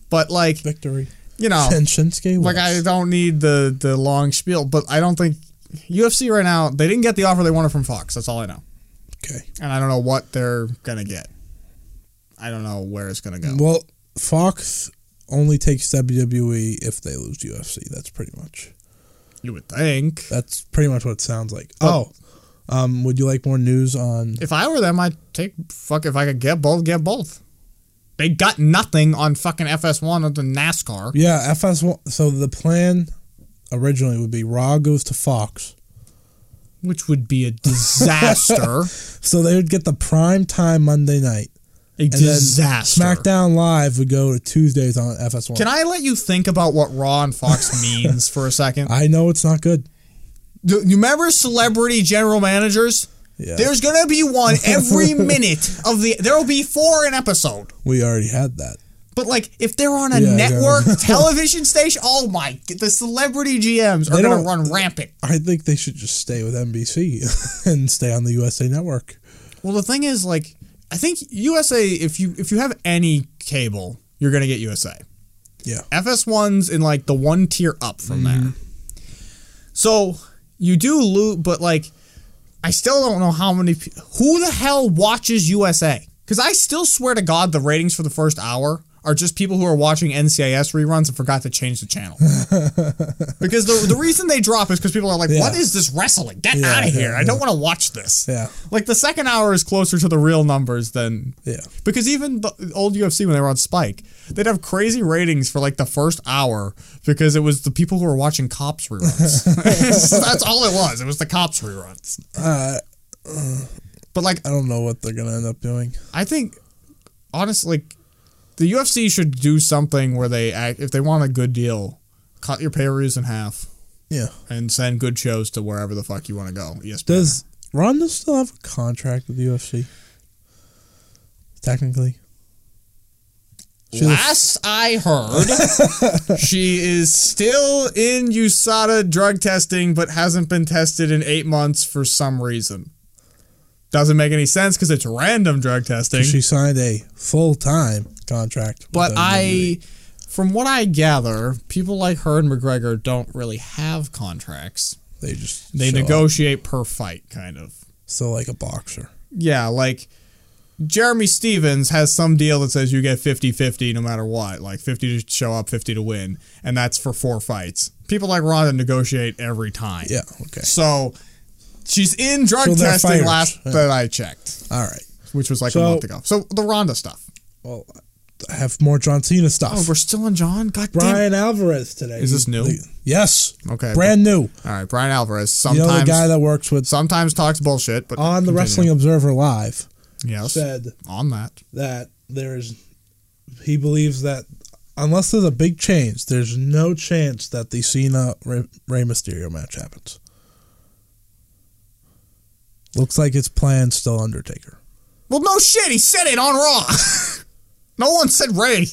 But like,
Victory.
you know,
And Shinsuke
like I
wins.
don't need the the long spiel, but I don't think UFC right now they didn't get the offer they wanted from Fox. That's all I know,
okay.
and I don't know what they're gonna get. I don't know where it's gonna go.
Well, Fox only takes WWE if they lose UFC. That's pretty much.
You would think
That's pretty much what it sounds like. Oh, um, would you like more news on?
if I were them, I'd take fuck if I could get both, get both. They got nothing on fucking FS1 of the NASCAR.
Yeah, FS1. So the plan originally would be Raw goes to Fox,
which would be a disaster.
so they would get the prime time Monday night.
a
And then
disaster.
SmackDown Live would go to Tuesdays on FS1.
Can I let you think about what Raw and Fox means for a second?
I know it's not good.
Do you remember celebrity general managers?
Yeah.
There's gonna be one every minute of the. There will be four an episode.
We already had that.
But like, if they're on a
Yeah, yeah.
network television station, oh my! The celebrity GMs are
They
gonna
don't-
run rampant.
I think they should just stay with NBC and stay on the USA Network.
Well, the thing is, like, I think USA. If you if you have any cable, you're gonna get USA.
Yeah.
FS1's in like the one tier up from
Mm-hmm.
there. So you do loot, but like, I still don't know how many. pe- Who the hell watches USA? Because I still swear to God, the ratings for the first hour are just people who are watching NCIS reruns and forgot to change the channel. because the, the reason they drop is because people are like, what
Yeah.
is this wrestling? Get
Yeah,
out of
yeah,
here. I don't want to watch this.
Yeah.
Like the second hour is closer to the real numbers than
Yeah.
because even the old UFC when they were on Spike, they'd have crazy ratings for like the first hour because it was the people who were watching cops reruns. That's all it was. It was the cops reruns.
Uh,
But like
I don't know what they're gonna end up doing.
I think honestly, like, the UFC should do something where they act if they want a good deal, cut your pay reviews in half
Yeah.
and send good shows to wherever the fuck you want to go. E ESPN.
Does Ronda still have a contract with the UFC? Technically. She's a-
Last I heard, she is still in USADA drug testing, but hasn't been tested in eight months for some reason. Doesn't make any sense because it's random drug testing.
she signed a full time contract. With
but
WWE.
I, from what I gather, people like her and McGregor don't really have contracts.
they just
They
show up.
negotiate per fight, kind of.
So like a boxer.
Yeah, like Jeremy Stevens has some deal that says you get 50-50 no matter what, like 50 to show up, 50 to win, and that's for four fights. People like Ronda negotiate every time.
Yeah. Okay.
So she's in drug
So they're
testing
fighters.
last
Yeah.
that I checked,
All right.
which was like a
So-
month ago. So the Ronda stuff.
Well, I have more John Cena stuff.
Oh, we're still on John. God damn.
Brian Alvarez today.
Is this new?
Yes.
Okay.
Brand new.
All right, Brian Alvarez.
You
Sometimes
know the guy that works with
sometimes talks bullshit, but
on the
continue.
Wrestling Observer Live
Yes,
said
on that.
that there's he believes that unless there's a big change, there's no chance that the Cena Rey Rey Mysterio match happens. Looks like it's planned still Undertaker.
Well, no shit. He said it on Raw. no one said Ray.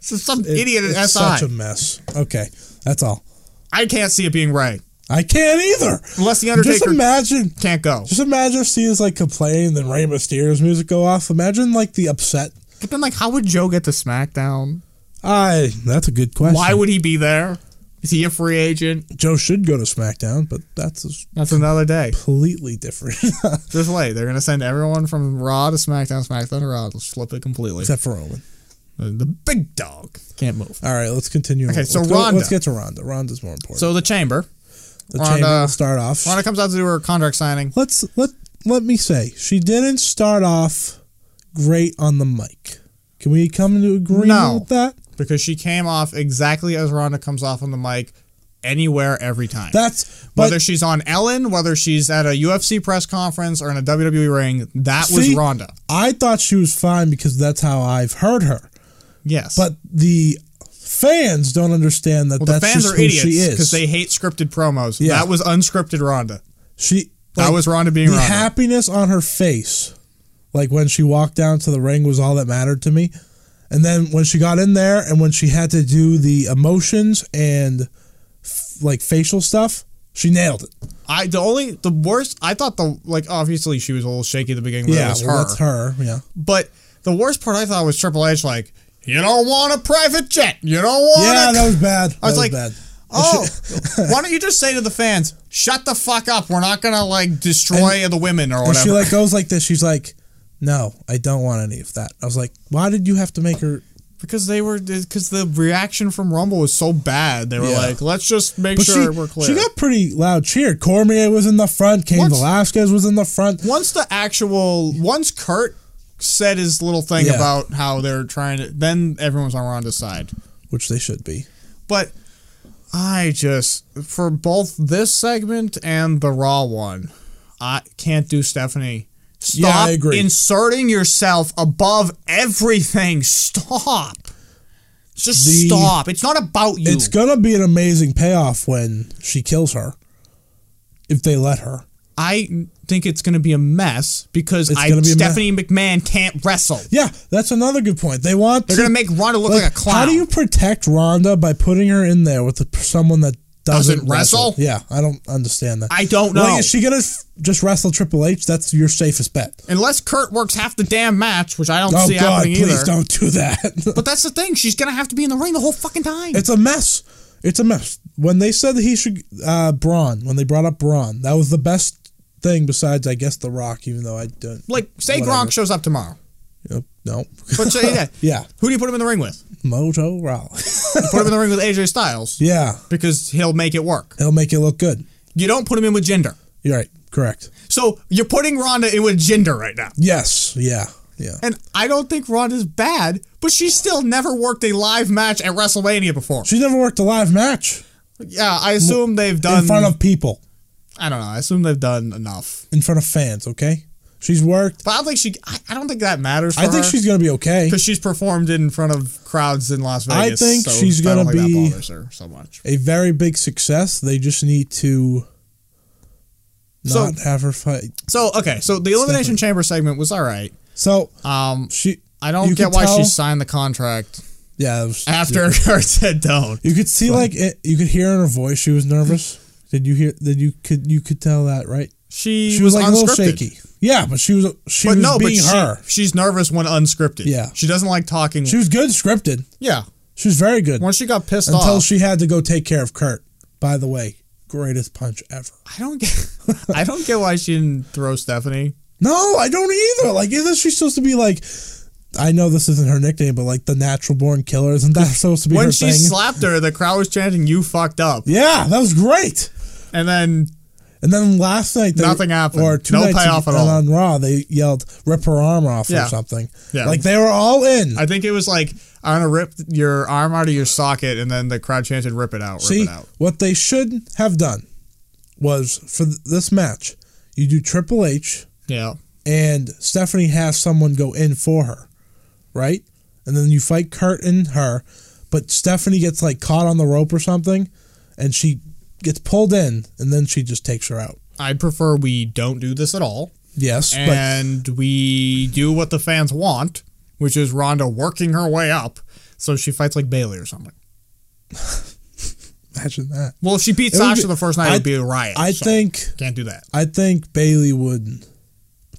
This is some
It-
idiot at
it's
SI.
such a mess. Okay, that's all.
I can't see it being Ray
I can't either.
unless the
Just
Undertaker
imagine.
can't go.
Just imagine if Cena's like complaining, then Rey Mysterio's music go off. Imagine like the upset.
But then, like, how would Joe get to SmackDown?
I. That's a good question.
Why would he be there? Is he a free agent?
Joe should go to SmackDown? But that's a
That's another day.
completely different.
Just wait. They're gonna send everyone from Raw to SmackDown, SmackDown to Raw. They'll flip it completely.
Except for Roman.
The the big dog can't move.
All right, let's continue.
Okay,
let's
so
go-
Ronda.
Let's get to Ronda. Ronda's more important.
So the Chamber,
the
Ronda-
chamber will start off.
Ronda comes out to do her contract signing.
Let's let let me say she didn't start off great on the mic. Can we come into agreement
No.
with that?
because she came off exactly as Ronda comes off on the mic anywhere every time.
That's but
whether she's on Ellen, whether she's at a UFC press conference or in a WWE ring, that was
See?
Ronda.
I thought she was fine because that's how I've heard her.
Yes.
But the fans don't understand that
well, the
that's
fans
just
are
who she
idiots
is.
because they hate scripted promos.
Yeah.
That was unscripted Ronda.
she
That
like,
was Ronda being
the
Ronda.
happiness on her face, like when she walked down to the ring, was all that mattered to me. And then when she got in there and when she had to do the emotions and f- like facial stuff, she nailed it.
I the only the worst I thought the like obviously she was a little shaky at the beginning. but that was
well,
her.
that's her. Yeah,
But the worst part I thought was Triple H like You don't want a private jet. You don't want
Yeah,
a
that was bad. That
was
was
like,
bad.
Oh, why don't you just say to the fans, "Shut the fuck up! We're not gonna like destroy the women or
And
whatever."
she like goes like this. She's like, "No, I don't want any of that." I was like, "Why did you have to make her?"
because they were because the reaction from Rumble was so bad. They were
Yeah.
like, "Let's just make
But
sure
she,
we're clear."
she got pretty loud cheer. Cormier was in the front. Cain
Once-
Velasquez was in the front.
once the actual once Kurt said his little thing
Yeah.
about how they're trying to, then everyone's on Ronda's side.
which they should be.
But I just for both this segment and the Raw one, I can't do Stephanie. Stop
Yeah, I agree.
inserting yourself above everything. Stop. Just
The-
stop. It's not about you.
It's gonna be an amazing payoff when she kills her, if they let her.
I think it's going to be a mess because
It's
I,
gonna be a mess.
Stephanie McMahon can't wrestle.
Yeah, that's another good point. They want
They're
to-
going to make Ronda look like, a clown.
How do you protect Ronda by putting her in there with the, someone that doesn't,
Doesn't wrestle?
Yeah, I don't understand that.
I don't know.
Like, is she gonna f- just wrestle Triple H? That's your safest bet.
Unless Kurt works half the damn match, which I don't
Oh
see
God,
happening
please
either.
don't do that.
But that's the thing. She's going to have to be in the ring the whole fucking time.
It's a mess. It's a mess. When they said that he should uh Braun, when they brought up Braun, that was the best thing besides I guess The Rock, even though I don't
like, say
whatever.
Gronk shows up tomorrow.
Yep, no.
But say that.
Yeah.
Who do you put him in the ring with?
Mojo Rawley.
Put him in the ring with AJ Styles
yeah.
because he'll make it work.
He'll make it look good.
You don't put him in with Jinder.
You're right. Correct.
So you're putting Ronda in with Jinder right now.
Yes. Yeah. Yeah.
And I don't think Ronda's bad, but she's still never worked a live match at WrestleMania before.
She's never worked a live match
Yeah, I assume they've done.
in front of people,
I don't know. I assume they've done enough.
in front of fans, okay? She's worked.
But I don't think she. I, I don't think that matters. For
I think
her.
she's going to be okay.
because she's performed in front of crowds in Las
I
Vegas.
think
so
she's
I don't
gonna
think
be-
that bothers her so much.
A very big success. They just need to
So-
not have her fight.
So okay, so the elimination chamber segment was all right.
So,
Um,
she
I don't
You
get
could
why she
tell-
signed the contract
yeah, it was,
after Kurt said don't.
you could see like it, you could hear in her voice she was nervous. Did you hear that you could you could tell that, right?
She,
She,
was,
was, like
unscripted.
a little shaky. Yeah, but she was she
But
was
no, but
being
she,
her.
she's nervous when unscripted.
Yeah.
she doesn't like talking.
She was good scripted.
yeah,
She was very good
once she got pissed
until
off,
she had to go take care of Kurt. By the way, greatest punch ever.
I don't get. I don't get why she didn't throw Stephanie.
No, I don't either. Like, isn't she supposed to be like? I know this isn't her nickname, but like the natural born killer, isn't that supposed to be
When
her
she
thing?
slapped her, the crowd was chanting "You fucked up,"
yeah, that was great.
and then
And then last night, they,
Nothing happened.
Or two
No
nights
payoff at
ago
all.
On Raw, they yelled "rip her arm off"
Yeah.
or something.
Yeah.
like they were all in.
I think it was like I'm gonna rip your arm out of your socket, and then the crowd chanted "Rip it out, rip
See
it out."
what they should have done was for th- this match, you do Triple H
Yeah,
and Stephanie has someone go in for her, right? And then you fight Kurt and her, but Stephanie gets like caught on the rope or something, and she gets pulled in, and then she just takes her out.
I prefer we don't do this at all,
Yes,
and we do what the fans want, which is Ronda working her way up, so she fights like Bailey or something.
but imagine that.
Well, if she beat
It would
Sasha
be-
the first night,
I-
it'd be a riot.
I
so
think
can't do that.
I think Bailey would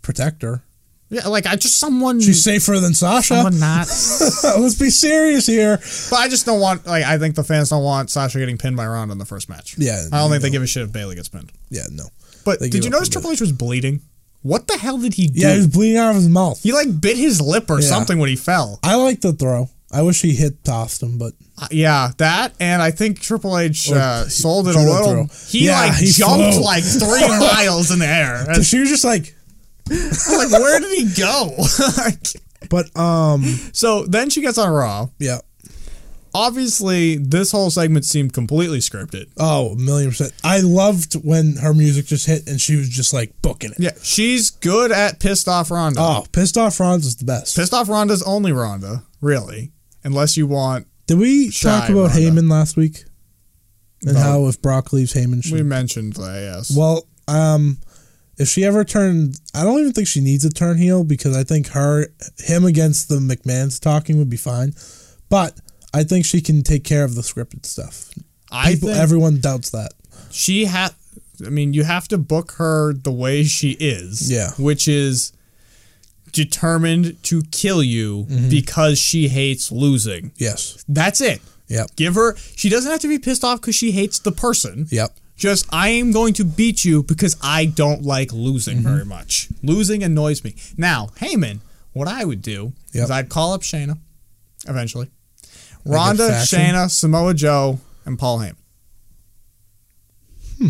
protect her.
Yeah, like I just someone,
She's safer than Sasha.
someone not.
Let's be serious here.
but I just don't want. Like I think the fans don't want Sasha getting pinned by Ronda in the first match.
Yeah,
I don't think they
no.
give a shit if Bailey gets pinned.
Yeah, no.
But
They
did
give
you
up
notice
on
Triple H was bleeding? What the hell did he do?
Yeah, he was bleeding out of his mouth.
He like bit his lip or
Yeah.
something when he fell.
I like the throw. I wish he hit tossed him, but
Uh, Yeah, that and I think Triple H uh, sold it a
judo
little.
throw.
He
Yeah,
like
he
jumped
flew.
like three miles in the air. I
she was just like.
was like, where did he go?
But um,
so then she gets on Raw.
yeah.
Obviously, this whole segment seemed completely scripted.
Oh, a million percent. I loved when her music just hit and she was just like booking it.
Yeah, she's good at pissed off Ronda.
Oh, pissed off Ron's is the best.
Pissed off Ronda's only Ronda, really, unless you want.
Did we
Shy
talk about
Ronda.
Heyman last week? And
No.
how if Brock leaves Heyman, she
We mentioned that, yes.
well, um, if she ever turned, I don't even think she needs a turn heel because I think her him against the McMahon's talking would be fine. But I think she can take care of the scripted stuff.
I
People,
think
everyone doubts that.
she had I mean, you have to book her the way she is.
Yeah.
Which is determined to kill you because she hates losing.
Yes.
That's it.
Yep.
Give her. She doesn't have to be pissed off because she hates the person.
Yep.
Just I am going to beat you because I don't like losing
Mm-hmm.
very much. Losing annoys me. Now, Heyman, what I would do
Yep.
is I'd call up Shayna eventually.
Like a
Rhonda,
faction?
Shayna, Samoa Joe, and Paul Heyman.
Hmm.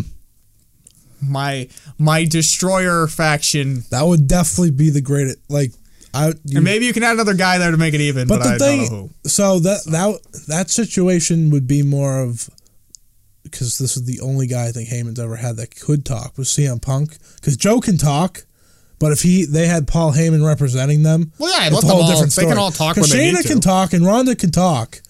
My my destroyer faction.
That would definitely be the greatest. Like, I. You,
And maybe you can add another guy there to make it even, but,
but the
I
thing,
don't know who.
so that that that situation would be more of because this is the only guy I think Heyman's ever had that could talk was CM Punk because Joe can talk, but if he they had Paul Heyman representing them,
Well, yeah,
it's
let
a
them
whole
all-
different
they can
story.
all talk
'Cause
when they
Shayna
need to.
can talk and Ronda can talk,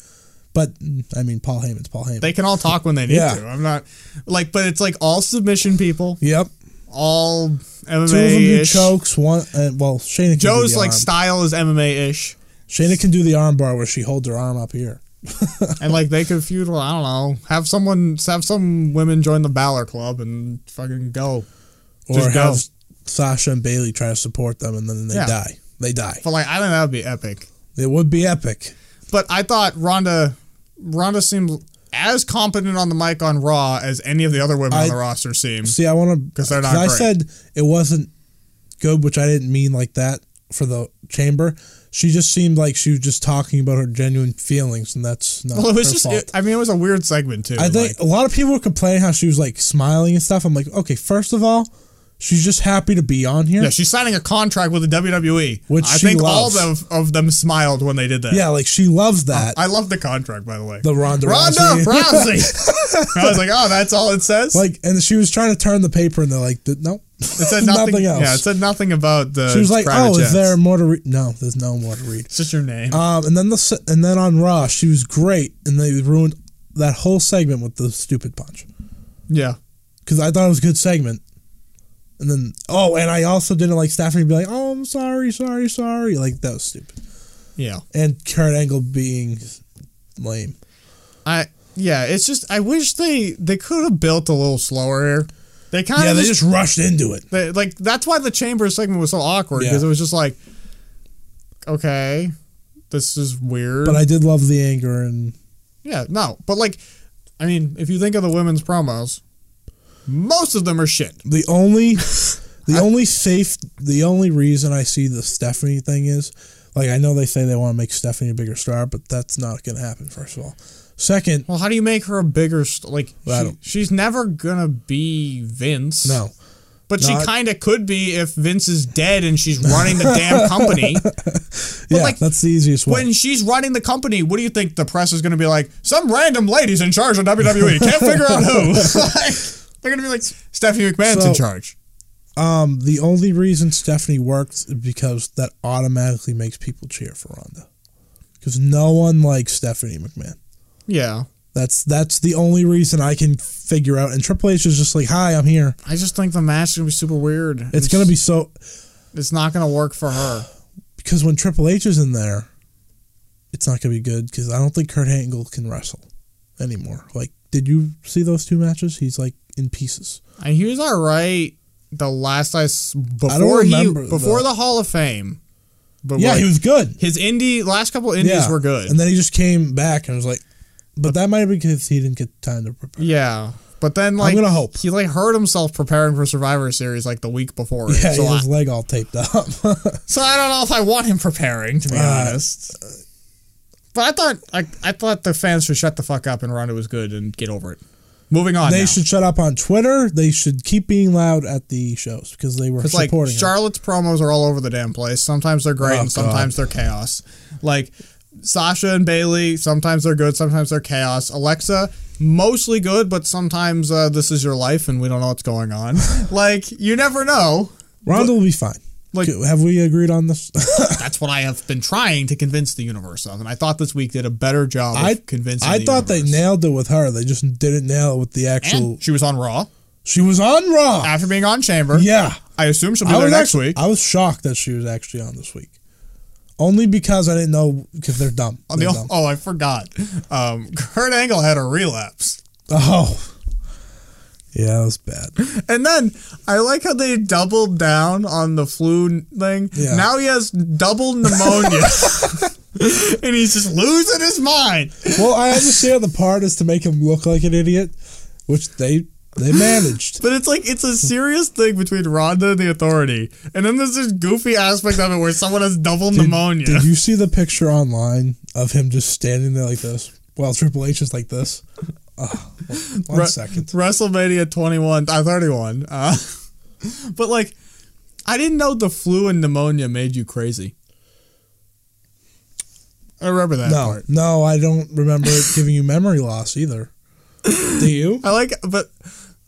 but mm, I mean Paul Heyman's Paul Heyman.
They can all talk when they need
Yeah.
to. I'm not like, but it's like all submission people,
yep,
all MMA.
two of them do chokes. One, uh, well, Shayna can do
Joe's
the
like
arm.
style is MMA ish,
Shayna can do the arm bar where she holds her arm up here.
and like they could feud. well, I don't know. Have someone have some women join the Balor Club and fucking go.
or
Just go.
have Sasha and Bailey try to support them, and then they
Yeah.
die. They die.
But like I think that would be epic.
It would be epic.
But I thought Ronda, Ronda seemed as competent on the mic on Raw as any of the other women on
I-
the roster seemed.
See, I want to
'Cause they're not
I
great.
said it wasn't good, which I didn't mean like that for the chamber. She just seemed like she was just talking about her genuine feelings, and that's not
Well, it was
her
just.
fault.
It, I mean, it was a weird segment too.
I think
like-
a lot of people were complaining how she was like smiling and stuff. I'm like, okay, first of all, she's just happy to be on here.
Yeah, she's signing a contract with the WWE.
Which
I
she
think
loves.
all of, of them smiled when they did that.
yeah, like she loves that.
I love the contract, by the way.
the Ronda,
Ronda
Rousey.
Rousey. I was like, oh, that's all it says.
like, and she was trying to turn the paper, and they're like, nope.
it said nothing,
nothing else.
Yeah, it said nothing about the.
She was like,
private
"Oh,
jets.
is there more to read?" No, there's no more to read.
It's just your name.
Um, and then the se- and then on Raw, she was great, and they ruined that whole segment with the stupid punch
yeah,
because I thought it was a good segment. And then oh, and I also didn't like Stephanie be like, "Oh, I'm sorry, sorry, sorry." Like that was stupid.
yeah.
And Kurt Angle being lame.
I yeah. It's just I wish they they could have built a little slower here. They kind of
Yeah, they
just,
just rushed into it.
they- like that's why the chamber segment was so awkward because
Yeah.
it was just like, okay, this is weird.
But I did love the anger and
Yeah, no, but like, I mean, if you think of the women's promos, most of them are shit.
The only, the only safe, the only reason I see the Stephanie thing is, like I know they say they want to make Stephanie a bigger star, but that's not going to happen. First of all, second,
Well, how do you make her a bigger st- like?
Well, I
She,
don't-
she's never gonna be Vince.
no,
but she
not-
kind of could be if Vince is dead and she's running the damn company.
yeah,
like,
that's the easiest way.
When she's running the company, what do you think the press is gonna be like? Some random lady's in charge of WWE. Can't figure out who. Like, they're gonna be like Stephanie McMahon's in
So-
charge.
Um, the only reason Stephanie works is because that automatically makes people cheer for Ronda, because no one likes Stephanie McMahon.
Yeah,
That's that's the only reason I can figure out. And Triple H is just like, "Hi, I'm here."
I just think the match is gonna be super weird.
It's gonna be so
It's not gonna work for her.
because when Triple H is in there, it's not going to be good because I don't think Kurt Angle can wrestle anymore. Like, did you see those two matches? He's like in pieces.
And he was all right the last I s- before
remember,
he before
though.
the Hall of Fame. But
yeah,
like,
he was good.
his indie last couple indies
yeah,
were good. Uh,
And then he just came back and was like, but that might have been because he didn't get time to prepare.
yeah, but then like
gonna hope.
he like hurt himself preparing for Survivor Series like the week before. it.
Yeah,
so,
he
I,
had his leg all taped up.
so I don't know if I want him preparing to be
Uh,
honest. But I thought I, I thought the fans should shut the fuck up and Ronda was good and get over it. Moving on,
they
now.
should shut up on Twitter. They should keep being loud at the shows because they were
It's like
supporting. him.
Charlotte's promos are all over the damn place. Sometimes they're great
Oh,
and sometimes they're chaos. Like Sasha and Bailey, sometimes they're good, sometimes they're chaos. Alexa, mostly good, but sometimes uh, this is your life and we don't know what's going on. like you never know.
Ronda will be fine.
Like-
Like, have we agreed on this?
That's what I have been trying to convince the universe of, and I thought this week did a better job
I
of convincing.
I
the
thought they
universe.
nailed it with her. They just didn't nail it with the actual.
And Uh, she was on Raw
She was on Raw.
after being on Chamber.
Yeah.
I assume she'll be there
was
next
actually-
week.
I was shocked that she was actually on this week. Only because I didn't know because they're dumb.
On
They're
the-
dumb.
oh, I forgot. Um, Kurt Angle had a relapse.
Oh. Yeah, that was bad.
And then I like how they doubled down on the flu thing.
Yeah.
Now he has double pneumonia. and he's just losing his mind.
Well, I understand the part is to make him look like an idiot, which they they managed.
But it's like it's a serious thing between Rhonda and the authority. And then there's this goofy aspect of it where someone has double pneumonia.
Did you see the picture online of him just standing there like this while Triple H is like this? Uh, one
Re-
second.
WrestleMania 21, uh, 31. Uh, but like, I didn't know the flu and pneumonia made you crazy. I remember that
No,
part.
no, I don't remember it giving you memory loss either. Do you?
I like, but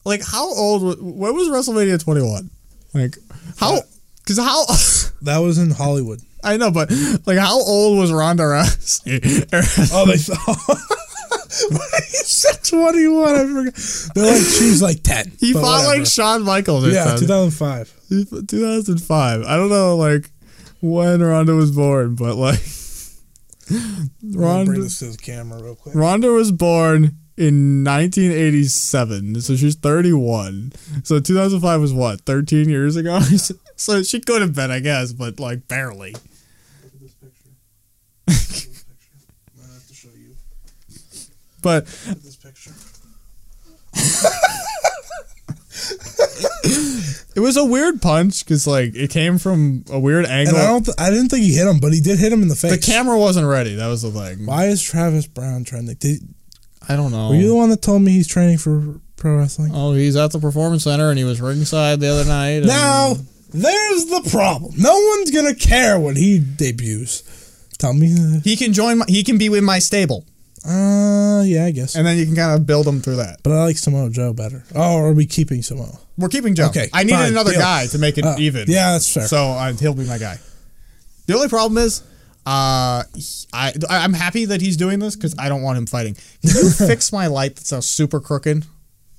like, how old? wa- When was WrestleMania 21? Like,
Uh,
how? Because how?
That was in Hollywood.
I know, but like, how old was Ronda Rousey?
Oh, they thought. he said 21. I forgot. They're like, she's like 10.
he
but
fought
whatever.
like Shawn Michaels. Or
Yeah,
something.
2005.
2005. I don't know, like, when Ronda was born, but, like,
Bring
Ronda,
this to the camera real quick.
Ronda was born in 1987, so she's 31. So 2005 was what, 13 years ago? so she could have been, I guess, but, like, barely. But it was a weird punch because, like, it came from a weird
And
angle.
I don't. Th- I didn't think he hit him, but he did hit him in the face.
the camera wasn't ready. That was the thing.
Why is Travis Brown trending? Did,
I don't know.
Were you the one that told me he's training for pro wrestling?
Oh, he's at the performance center and he was ringside the other night. and-
Now there's the problem. No one's gonna care when he debuts. Tell me. that-
he can join. My, he can be with my stable,
Uh, yeah, I guess.
and then you can kind of build him through that.
But I like Samoa Joe better. Oh, are we keeping Samoa?
We're keeping Joe.
Okay,
I needed
fine,
another
deal.
guy to make it
Uh,
even.
Yeah, that's fair.
So uh, he'll be my guy. The only problem is, uh, he- I I- I'm happy that he's doing this because I don't want him fighting. Can you fix my light that's now super crooked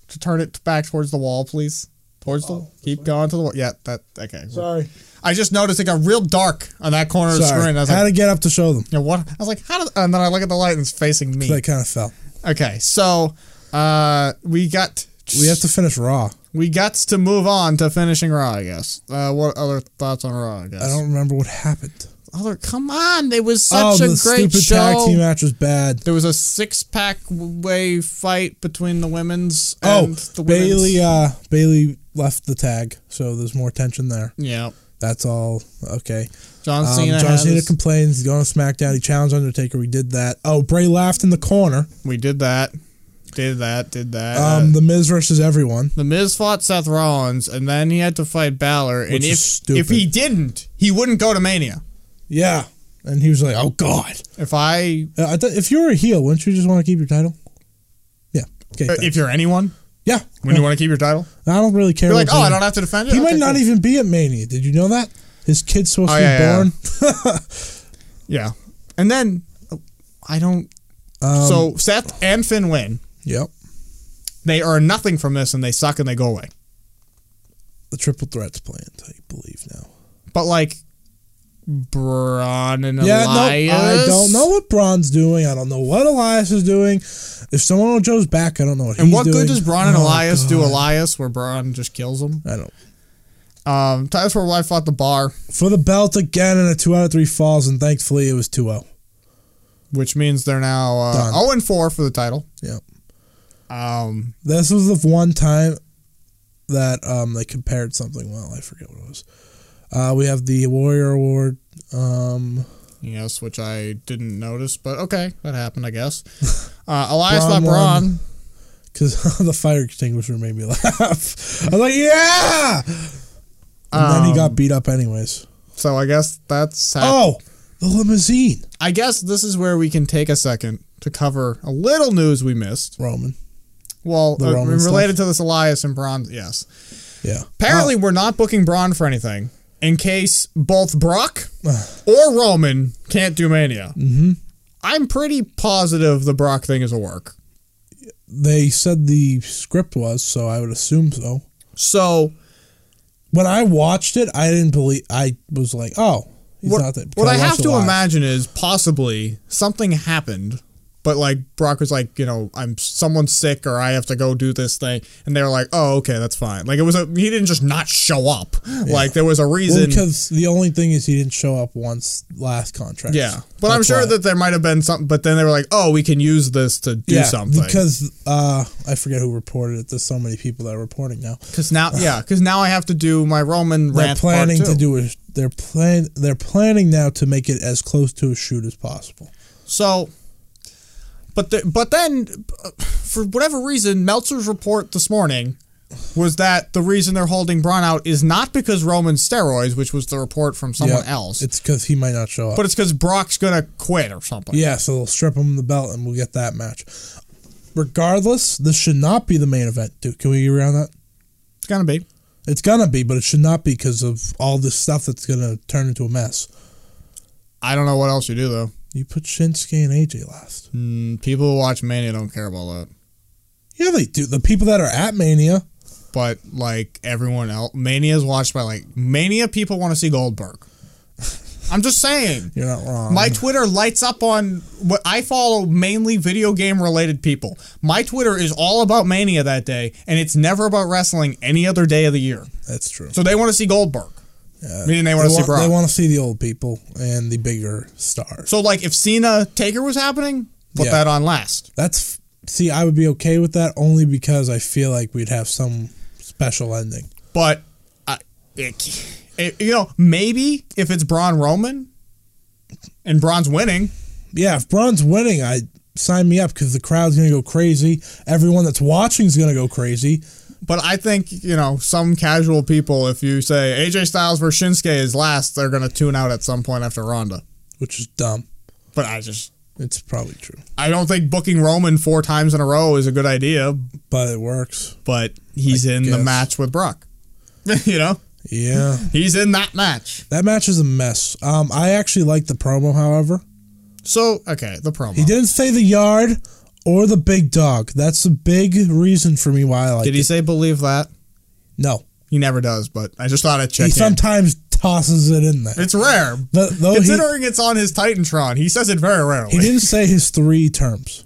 to turn it back towards the wall, please? Towards the keep going to the wall. Yeah, that okay.
Sorry.
I just noticed it got real dark on that corner of the
Sorry.
screen. I was
Had
like,
to get up to show them.
you know, what? I was like, how did? And then I look at the light and it's facing me.
That kind of fell.
Okay, so uh, we got
We have to finish Raw.
we got to move on to finishing Raw. I guess. Uh, what other thoughts on Raw? I guess.
I don't remember what happened.
Other, come on, it was
oh,
such
the
a great
stupid tag team
show.
match was bad.
There was a six pack way fight between the women's.
Oh,
and the women's.
Bailey. Uh, Bailey left the tag, so there's more tension there.
Yeah,
That's all. Okay.
John
Um,
Cena.
John
has-
Cena complains. He's going to SmackDown. He challenged Undertaker. We did that. Oh, Bray laughed in the corner.
we did that. Did that. Did that. Uh,
Um, the Miz versus everyone.
The Miz fought Seth Rollins, and then he had to fight Balor. and
Which
if
is stupid.
if he didn't, he wouldn't go to Mania.
Yeah. And he was like, "Oh God."
If I,
Uh, I thought if you were a heel, wouldn't you just want to keep your title? Yeah. Okay. thanks.
Uh, if you're anyone,
yeah.
when you want to keep your title,
I don't really care.
you're like,
what
oh, I
they-
don't have to defend it.
He
Okay,
might not
cool."
even be at Mania. Did you know that? His kid's supposed
Oh,
to be
yeah, yeah.
born.
Yeah, and then uh, I don't.
Um,
so Seth and Finn win.
Yep.
They earn nothing from this, and they suck, and they go away.
The triple threat's planned. I believe now.
But like Braun and
Yeah,
Elias,
no, I don't know what Braun's doing. I don't know what Elias is doing. If someone on Joe's back, I don't know what
And
he's
what
doing.
good does Braun and
Oh,
Elias do?
God.
Elias, where Braun just kills him.
I don't.
Um, times where life fought the bar,
For the belt again in a two out of three falls, and thankfully it was oh. 2 0.
which means they're now uh,
Done.
zero and four for the title.
Yep.
Um,
This was the one time that um, they compared something well. I forget what it was. Uh, we have the Warrior Award. Um,
Yes, which I didn't notice, but okay, that happened, I guess. Uh, Elias
Braun
fought Braun.
won. Because the fire extinguisher made me laugh. I was like, yeah! And then he
Um,
got beat up, anyways.
So I guess that's. Hap-
Oh, the limousine.
I guess this is where we can take a second to cover a little news we missed.
Roman.
Well,
The
uh,
Roman
related to this Elias and Braun, yes.
Yeah. Oh.
Apparently, we're not booking Braun for anything in case both Brock or Roman can't do Mania. Mm-hmm. I'm pretty positive the Brock thing is a work.
They said the script was, so I would assume so.
So
When I watched it, I didn't believe. I was like, oh, he's
what,
not that.
what I
watched
have
it
to
live.
imagine is possibly something happened But like Brock was like, you know, I'm someone's sick or I have to go do this thing, and they were like, oh, okay, that's fine. Like it was a he didn't just not show up. Like there was a reason.
Well, because the only thing is he didn't show up once last contract.
yeah, but I'm
That's
sure
why.
that there might have been something. But then they were like, "Oh, we can use this to do something."
Because uh, I forget who reported it. There's so many people that are reporting now.
Because now, yeah, because now I have to do my Roman
They're
rant
planning
part two.
to do a. They're plan. They're planning now to make it as close to a shoot as possible.
So, but the, but then, uh, for whatever reason, Meltzer's report this morning was that the reason they're holding Braun out is not because Roman's steroids, which was the report from someone
Yeah,
else,
It's because he might not show up.
but it's because Brock's gonna quit or something.
yeah, so they'll strip him the belt and we'll get that match. Regardless, this should not be the main event, dude. Can we agree on that?
It's gonna be.
It's gonna be, but it should not be because of all this stuff that's gonna turn into a mess.
I don't know what else you do though.
You put Shinsuke and AJ last.
Mm, people who watch Mania don't care about that.
Yeah, they do. The people that are at Mania,
But like everyone else, Mania's watched by like Mania people want to see Goldberg. I'm just saying.
you're not wrong.
My Twitter lights up on what I follow mainly video game related people. My Twitter is all about Mania that day, and it's never about wrestling any other day of the year.
that's true.
So they want to see Goldberg,
Yeah.
meaning they want to see
They
Brock.
want to see the old people and the bigger stars.
so like if Cena Taker was happening, put
Yeah.
that on last.
That's see, I would be okay with that only because I feel like we'd have some special ending.
But I, it, it- you know, maybe if it's Braun Roman and Braun's winning,
Yeah, if Braun's winning, I sign me up because the crowd's gonna go crazy. Everyone that's watching's gonna go crazy.
But I think, you know, some casual people, if you say AJ Styles versus Shinsuke is last, they're going to tune out at some point after Ronda.
which is dumb.
But I just,
It's probably true,
I don't think booking Roman four times in a row is a good idea,
but it works.
but he's in the
guess.
match with Brock. you know,
Yeah,
he's in that match.
that match is a mess. Um, I actually like the promo. However,
So, okay, the promo.
he didn't say the yard or the big dog. That's a big reason for me why I like.
Did he say believe that?
No,
He never does, but I just thought I'd
he
check in.
sometimes tosses it in there.
It's rare.
Th- though he-
Considering it's on his Titantron, he says it very rarely.
he, didn't say his three terms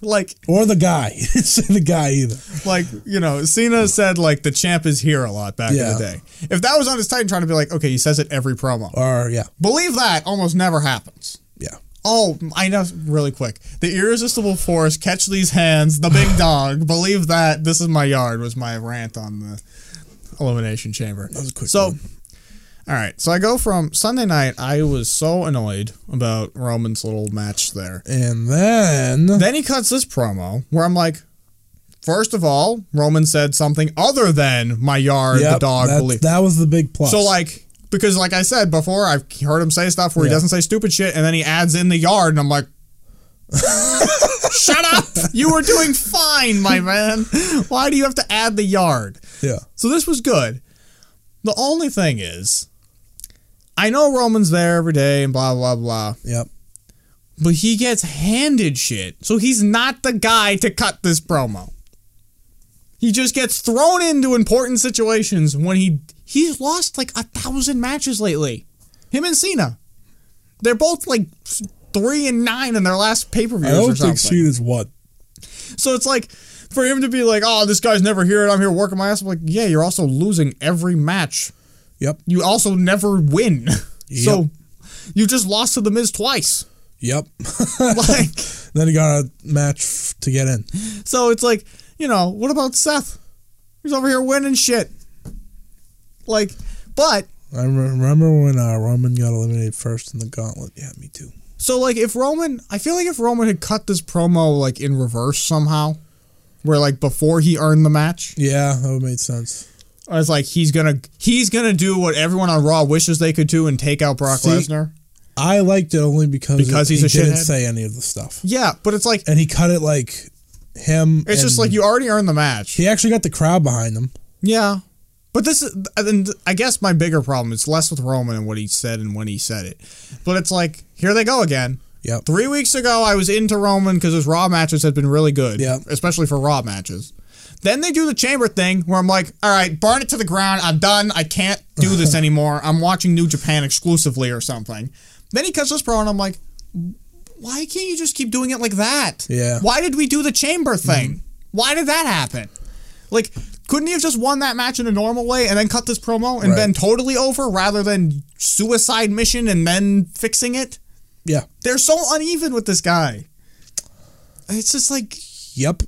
like,
or the guy. He didn't say the guy either.
like you know, Cena said like the champ is here a lot back in
Yeah.
the day. If that was on his Titan, trying to be like, okay, he says it every promo.
Or yeah,
Believe that almost never happens.
yeah.
Oh, I know really quick. The irresistible force, catch these hands, the big dog. Believe that this is my yard was my rant on the elimination chamber. That
was a quick
So, all right. So I go from Sunday night. I was so annoyed about Roman's little match there.
And then
Then he cuts this promo where I'm like, first of all, Roman said something other than my yard, the
Yep,
dog,
that,
believe.
that was the big plus.
So, like, because, like I said before, I've heard him say stuff where he
Yeah.
doesn't say stupid shit and then he adds in the yard, and I'm like, shut up. You were doing fine, my man. Why do you have to add the yard?
yeah,
So this was good. The only thing is, I know Roman's there every day and blah, blah, blah
yep.
but he gets handed shit. So he's not the guy to cut this promo. He just gets thrown into important situations when he he's lost like a thousand matches lately. Him and Cena, they're both like three and nine in their last pay per
I
views or
don't
something.
think Cena's what.
so it's like for him to be like, "Oh, this guy's never here, and I'm here working my ass." off." like, yeah, you're also losing every match.
Yep,
You also never win. So
Yep.
you just lost to the Miz twice.
yep.
Like.
Then he got a match f- to get in.
So it's like, you know, what about Seth? He's over here winning shit. Like, but
I re- remember when uh, Roman got eliminated first in the gauntlet. Yeah, me too.
so like if Roman, I feel like if Roman had cut this promo like in reverse somehow, where like before he earned the match,
Yeah, that would make sense.
I was like he's gonna he's gonna do what everyone on Raw wishes they could do and take out Brock
See?
Lesnar.
I liked it only because,
Because
it-
he's
he
a
didn't
shithead?
say any of the stuff,
Yeah, but it's like
and he cut it like him.
it's just
and
like you already earned the match.
He actually got the crowd behind him.
Yeah. But this is, and I guess my bigger problem is less with Roman and what he said and when he said it. But it's like, here they go again.
Yep.
Three weeks ago, I was into Roman because his Raw matches had been really good.
Yeah.
Especially for Raw matches. Then they do the chamber thing where I'm like, all right, burn it to the ground. I'm done. I can't do this anymore. I'm watching New Japan exclusively or something. Then he cuts this pro and I'm like, why can't you just keep doing it like that?
Yeah. Mm-hmm.
Why did we do the chamber thing? Why did that happen? Like, couldn't he have just won that match in a normal way and then cut this promo and
Right.
been totally over rather than suicide mission and then fixing it?
Yeah.
They're so uneven with this guy. It's just like
Yep.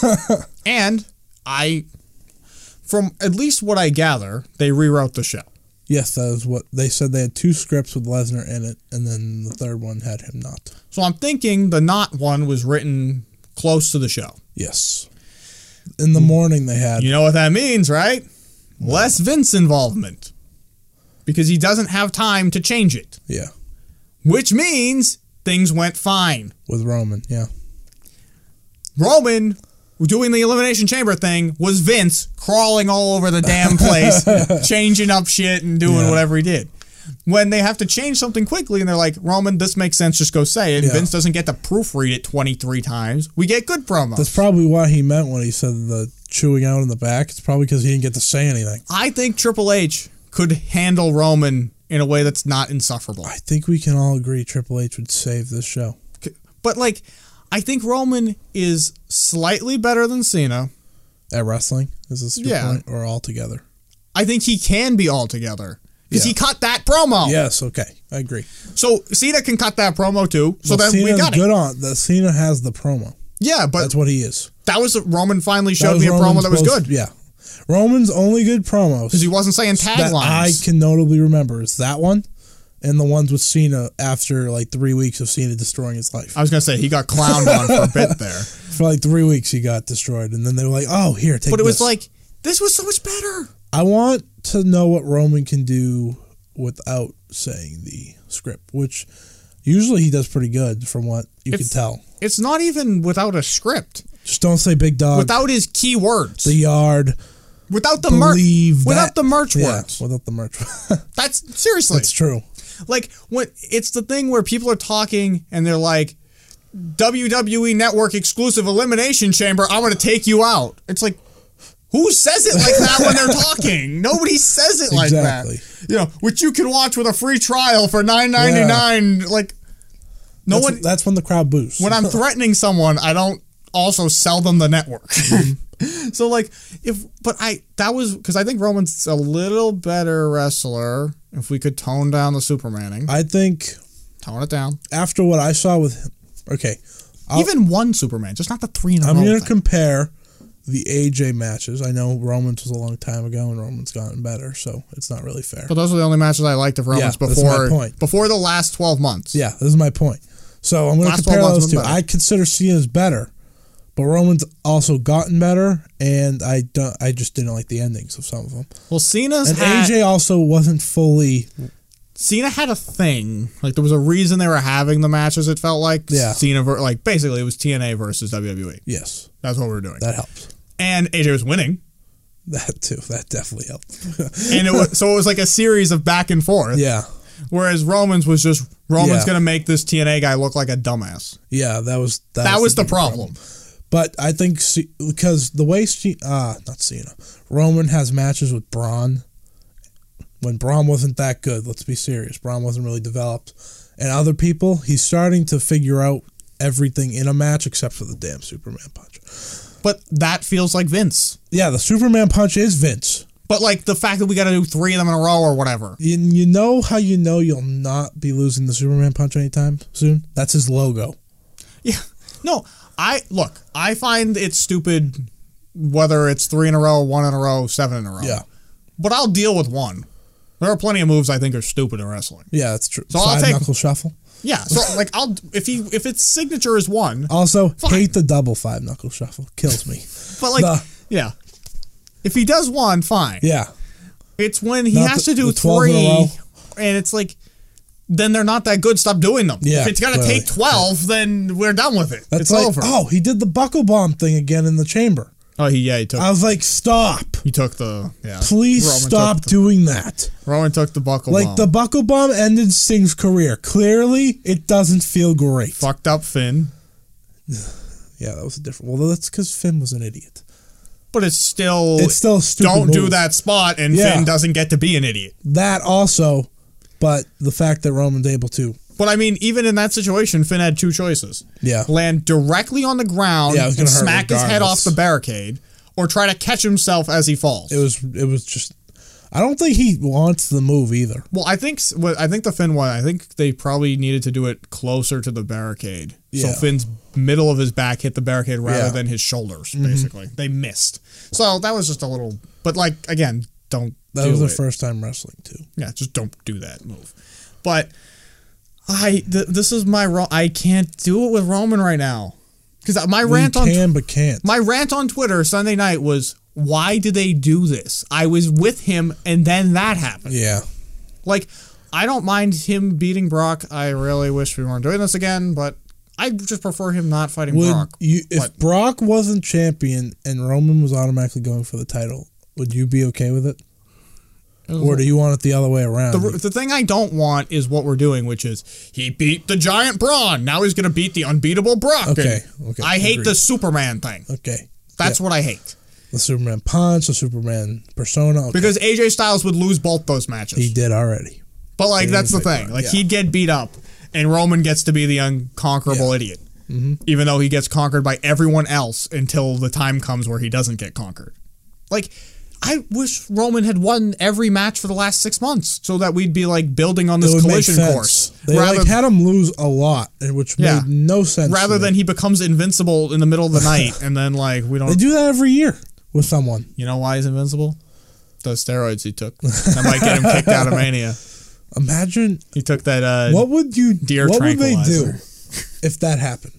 and I, from at least what I gather, they rewrote the show.
yes, that is what they said. They had two scripts with Lesnar in it, and then the third one had him not.
So I'm thinking the not one was written close to the show.
Yes. In the morning, they had.
You know what that means, right? Less Vince involvement because he doesn't have time to change it,
Yeah.
which means things went fine.
With Roman. Yeah.
Roman doing the Elimination Chamber thing was Vince crawling all over the damn place, changing up shit and doing
Yeah.
whatever he did. When they have to change something quickly and they're like, Roman, this makes sense, just go say it.
Yeah.
Vince doesn't get to proofread it 23 times. We get good promo.
That's probably what he meant when he said the chewing out in the back. It's probably because he didn't get to say anything.
I think Triple H could handle Roman in a way that's not insufferable.
I think we can all agree Triple H would save this show.
But, like, I think Roman is slightly better than Cena.
At wrestling? Is this your
Yeah.
point? Or altogether?
I think he can be all together because
Yeah.
he cut that promo.
Yes, okay. I agree.
So Cena can cut that promo too. So
Well,
then we
Cena's
got it.
good on the Cena has the promo.
Yeah, but
That's what he is.
that was Roman finally
That
showed
was
me a promo
Roman's
that was
most-
good because
Yeah. Roman's only good promos
he wasn't saying
that I
taglines.
can notably remember is that one and the ones with Cena after like three weeks of Cena destroying his life.
I, was gonna say he got clowned on for a bit there,
For like three weeks he got destroyed and then they were like, Oh here, take
but it was
this."
like this was so much better.
I want to know what Roman can do without saying the script, which usually he does pretty good from what you
It's-
can tell.
It's not even without a script,
Just don't say big dog,
without his key words,
the yard,
without the merch,
believe that.
without the merch
Yeah,
words.
without the merch.
That's seriously.
That's true.
Like when it's the thing where people are talking and they're like WWE Network exclusive elimination chamber, I'm gonna take you out. It's like who says it like that when they're talking? Nobody says it like
Exactly.
that. You know, which you can watch with a free trial for nine ninety nine. Like no
that's,
one
that's when the crowd boos.
when I'm threatening someone, I don't also sell them the network.
Mm-hmm.
so like if but I that was because I think Roman's a little better wrestler if we could tone down the Supermaning.
I think
Tone it down.
after what I saw with him, okay, I'll-
Even one Superman, just not the three in a
I'm
row.
going to
thing.
compare the AJ matches. I know Roman's was a long time ago and Roman's gotten better, so it's not really fair.
but those are the only matches I liked of Romans
Yeah, that's my
before
point.
before the last twelve months.
Yeah, this is my point. So I'm going to
Last
compare
12 months
those two.
been better.
I consider Cena's better, but Roman's also gotten better, and I don't. I just didn't like the endings of some of them.
Well, Cena's
And
had,
AJ also wasn't fully.
Cena had a thing. Like there was a reason they were having the matches. It felt like
Yeah.
Cena ver- like basically it was TNA versus WWE.
Yes,
That's what we were doing.
that helps.
and AJ was winning,
That too. That definitely helped.
and it was, so it was like a series of back and forth.
yeah,
Whereas Romans was just Romans
Yeah.
gonna make this TNA guy look like a dumbass.
yeah. That was that,
That was the
big
problem.
But I think C- because the way C- ah not Cena Roman has matches with Braun. When Braun wasn't that good, let's be serious. Braun wasn't really developed, and other people he's starting to figure out everything in a match except for the damn Superman punch.
But that feels like Vince.
Yeah, the Superman punch is Vince.
But like the fact that we got to do three of them in a row or whatever.
And you know how you know you'll not be losing the Superman punch anytime soon. That's his logo.
Yeah. No, I look, I find it stupid whether it's three in a row, one in a row, seven in a row.
Yeah,
But I'll deal with one. There are plenty of moves I think are stupid in wrestling.
yeah, that's true.
So I'll
Side
take-
knuckle shuffle.
Yeah. So like I'll if he if its signature is one,
Also, hate the double five knuckle shuffle. Kills me.
but like
Nah.
yeah. If he does one, fine.
Yeah.
It's when he
Not
has
the-
to do
the 12 in a
three
row.
and it's like then they're not that good. Stop doing them.
Yeah,
if it's gonna
clearly.
take twelve, then we're done with it.
That's
it's
like,
over.
oh, he did the buckle bomb thing again in the chamber.
Oh, he yeah, he took
I was like, stop.
he took the yeah.
Uh, Please
Roman took
stop doing that.
Roman took the buckle.
Like,
bomb.
the buckle bomb ended Sting's career. Clearly, it doesn't feel great.
fucked up Finn,
Yeah, that was a different. Well, that's because Finn was an idiot.
but it's still
It's still a stupid.
don't do
move.
that spot and
Yeah.
Finn doesn't get to be an idiot.
That also, but the fact that Roman's able to
But I mean, even in that situation, Finn had two choices:
Yeah.
land directly on the ground
Yeah, it was
and
gonna hurt
smack his head off
regardless.
the barricade, or try to catch himself as he falls.
It was it was just I don't think he wants the move either.
well, I think s- well, I think the Finn one. I think they probably needed to do it closer to the barricade,
Yeah.
so Finn's middle of his back hit the barricade rather
Yeah. Mm-hmm.
than his shoulders. Basically, they missed. So that was just a little. But like again, don't.
That
do
was the
it.
first time wrestling too.
Yeah, just don't do that move. But I th- this is my ro- I can't do it with Roman right now because my rant
we
on
can but can't.
my rant on Twitter Sunday night was why did they do this? I was with him and then that happened.
yeah.
Like I don't mind him beating Brock. I really wish we weren't doing this again, but I just prefer him not fighting
Would
Brock.
you if
What?
Brock wasn't champion and Roman was automatically going for the title, would you be okay with it? Or do you want it the other way around?
The, the thing I don't want is what we're doing, which is he beat the giant Braun. Now he's going to beat the unbeatable Brock.
Okay,
And
okay,
I hate
agreed.
the Superman thing.
okay.
That's what I hate
The Superman punch, the Superman persona. Okay.
because AJ Styles would lose both those matches.
he did already.
but like that's the
but-
thing. Like
yeah.
he'd get beat up, and Roman gets to be the unconquerable idiot,
Mm-hmm.
even though he gets conquered by everyone else until the time comes where he doesn't get conquered. Like. I wish Roman had won every match for the last six months so that we'd be like building on
It
this
would make
collision
sense.
course.
They like had him lose a lot, and which
Yeah.
made no sense. to
rather
me.
than he becomes invincible in the middle of the night and then like we
they
don't
do that every year with someone.
you know why he's invincible those steroids he took that might get him kicked out of mania
Imagine
he took that uh
what would you
Deer
what would they do
tranquilizer.
if that happened?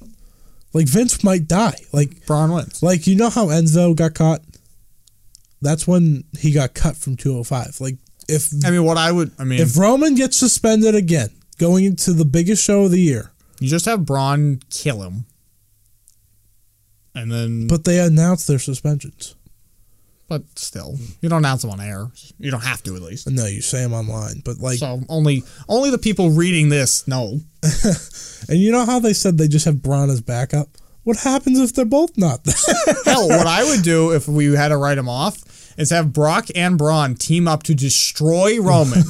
Like Vince might die. Like
braun wins
like you know how Enzo got caught? That's when he got cut from 205. Like if
i mean what i would i mean
if Roman gets suspended again going into the biggest show of the year,
you just have braun kill him and then but,
but they announce their suspensions.
still you don't announce him on air you don't have to at least
No, you say them online, but like
so only only the people reading this know
and you know how they said they just have Braun as backup? What happens if they're both not there?
Hell, what I would do if we had to write him off is have Brock and Braun team up to destroy Roman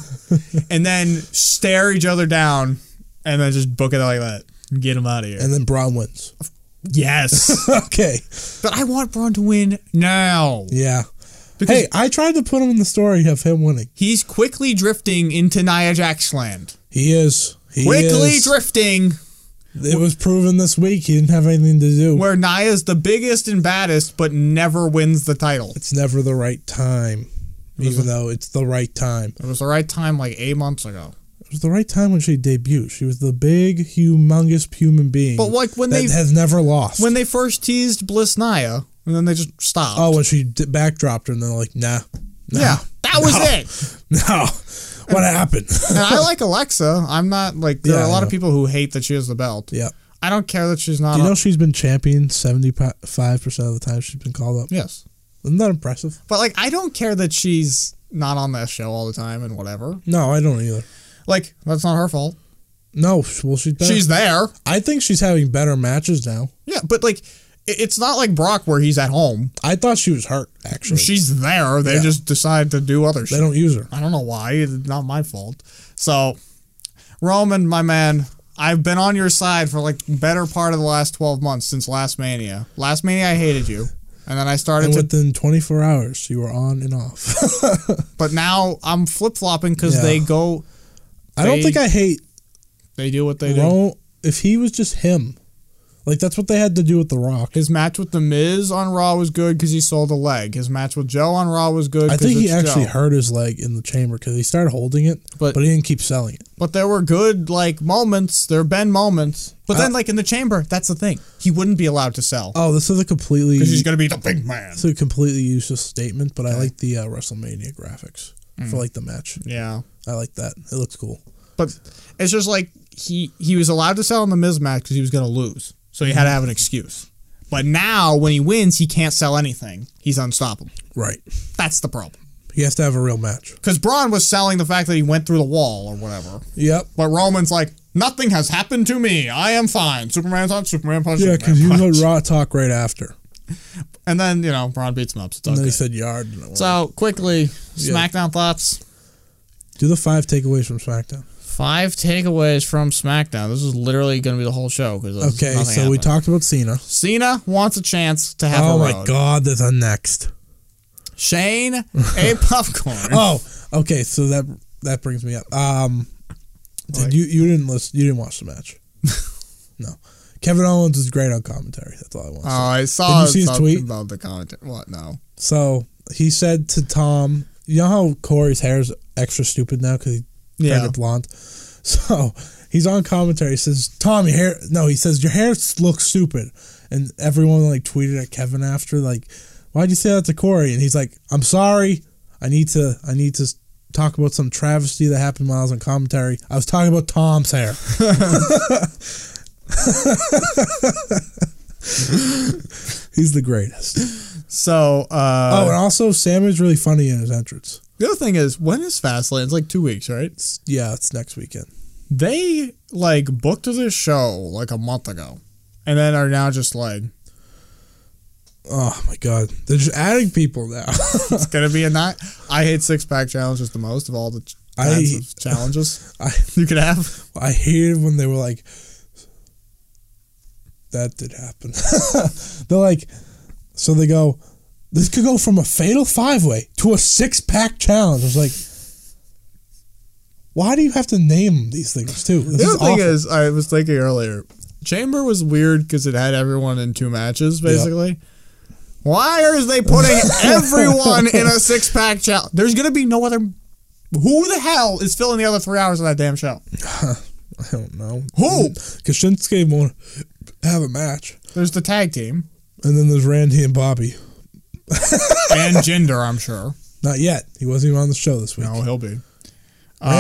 and then stare each other down and then just book it like that. Get him out of here.
and then Braun wins.
Yes.
okay.
but I want Braun to win now.
Yeah.
Because-
hey, I tried to put him in the story of him winning.
He's quickly drifting into Nia Jax land.
He is. He
Quickly
is.
drifting
it was proven this week he didn't have anything to do.
where Nia's the biggest and baddest but never wins the title.
It's never the right time, even though it's the right time.
It was the right time like eight months ago.
It was the right time when she debuted. She was the big, humongous human being.
But, like, when
that
they-
has never lost.
When they first teased Bliss Nia and then they just stopped.
oh, when she d- backdropped her, and they're like, nah, nah,
yeah. That was it.
no. What happened?
and I like Alexa. I'm not like there
Yeah,
are a
I
lot of
know.
people who hate that she has the belt.
yeah.
I don't care that she's not.
Do you
on-
know she's been champion seventy five percent of the time she's been called up?
yes,
Isn't that impressive?
but like I don't care that she's not on that show all the time and whatever.
No, I don't either.
Like that's not her fault.
No, sh- well she's better.
She's there.
I think she's having better matches now.
Yeah, but like it- it's not like Brock where he's at home.
I thought she was hurt actually.
She's there. They
Yeah.
just decide to do other
they
shit.
don't use her.
I don't know why. It's not my fault. So Roman, my man. I've been on your side for like better part of the last 12 months since last Mania. Last Mania I hated you. And then I started
And
to
within 24 hours, you were on and off.
But now I'm flip flopping because
Yeah.
they go,
I don't
They-
think I hate
they do what they do.
Ro- if he was just him. Like that's what they had to do with The Rock.
His match with The Miz on Raw was good because he sold a leg. His match with Joe on Raw was good.
I
'cause
think he
it's
actually
Joe.
hurt his leg in the chamber because he started holding it,
But-
but, he didn't keep selling it.
But there were good like moments. There have been moments. But then like in the chamber, that's the thing. He wouldn't be allowed to sell
Oh, this is a completely
because he's gonna be the big man.
this is a completely useless statement, but I like the uh, WrestleMania graphics
Mm.
for like the match.
Yeah,
I like that. It looks cool.
but it's just like he he was allowed to sell in the Miz match because he was gonna lose, so he had to have an excuse. But now when he wins, he can't sell anything. He's unstoppable.
Right.
That's the problem.
He has to have a real match.
Because Braun was selling the fact that he went through the wall or whatever.
Yep.
But Roman's like, nothing has happened to me. I am fine. Superman's on Superman punch.
Yeah,
Superman
because you
punch.
was on Raw Talk right after.
And then, you know, Braun beats him up. So,
And
it's
then
okay.
he said yard. and it
so quickly, SmackDown thoughts.
Do the five takeaways from SmackDown.
Five takeaways from SmackDown. This is literally going to be the whole show because
Okay, so we talked about Cena.
Cena wants a chance to have
Oh
a
my
road.
God, that's a next.
Shane, a popcorn.
Oh, okay. So that that brings me up. Um, did you you didn't listen? You didn't watch the match? no. Kevin Owens is great on commentary. That's all I want. to say.
Oh, I saw
Did you see his
something
tweet?
about the content. What? No.
So he said to Tom, "You know how Corey's hair is extra stupid now because he
Yeah.
turned it blonde." So he's on commentary. He says, "Tom, your hair." No, he says, "Your hair s- looks stupid," and everyone like tweeted at Kevin after, like, "Why'd you say that to Corey?" And he's like, "I'm sorry. I need to. I need to." s- Talk about some travesty that happened while I was on commentary. I was talking about Tom's hair. He's the greatest.
So,
oh,
uh,
and also Sam is really funny in his entrance.
the other thing is, when is Fastlane? It's like two weeks, right?
It's- yeah, it's next weekend.
They like booked this show like a month ago, and then are now just like
Oh my god, they're just adding people now.
it's gonna be a night. I hate six pack challenges the most of all the ch-
I-
kinds of challenges
I
you could have.
I hated when they were like, that did happen. they're like, so they go, this could go from a fatal five way to a six pack challenge. I was like, why do you have to name these things too? This
The
is
other thing
awful.
is, I was thinking earlier, Chamber was weird because it had everyone in two matches basically. Why are they putting everyone in a six pack challenge? There's gonna be no other. Who the hell is filling the other three hours of that damn show?
I don't know.
Who?
Because Shinsuke won't have a match,
There's the tag team
and then there's Randy and Bobby.
and Gender, I'm sure.
Not yet. He wasn't even on the show this week.
No, he'll be.
Randy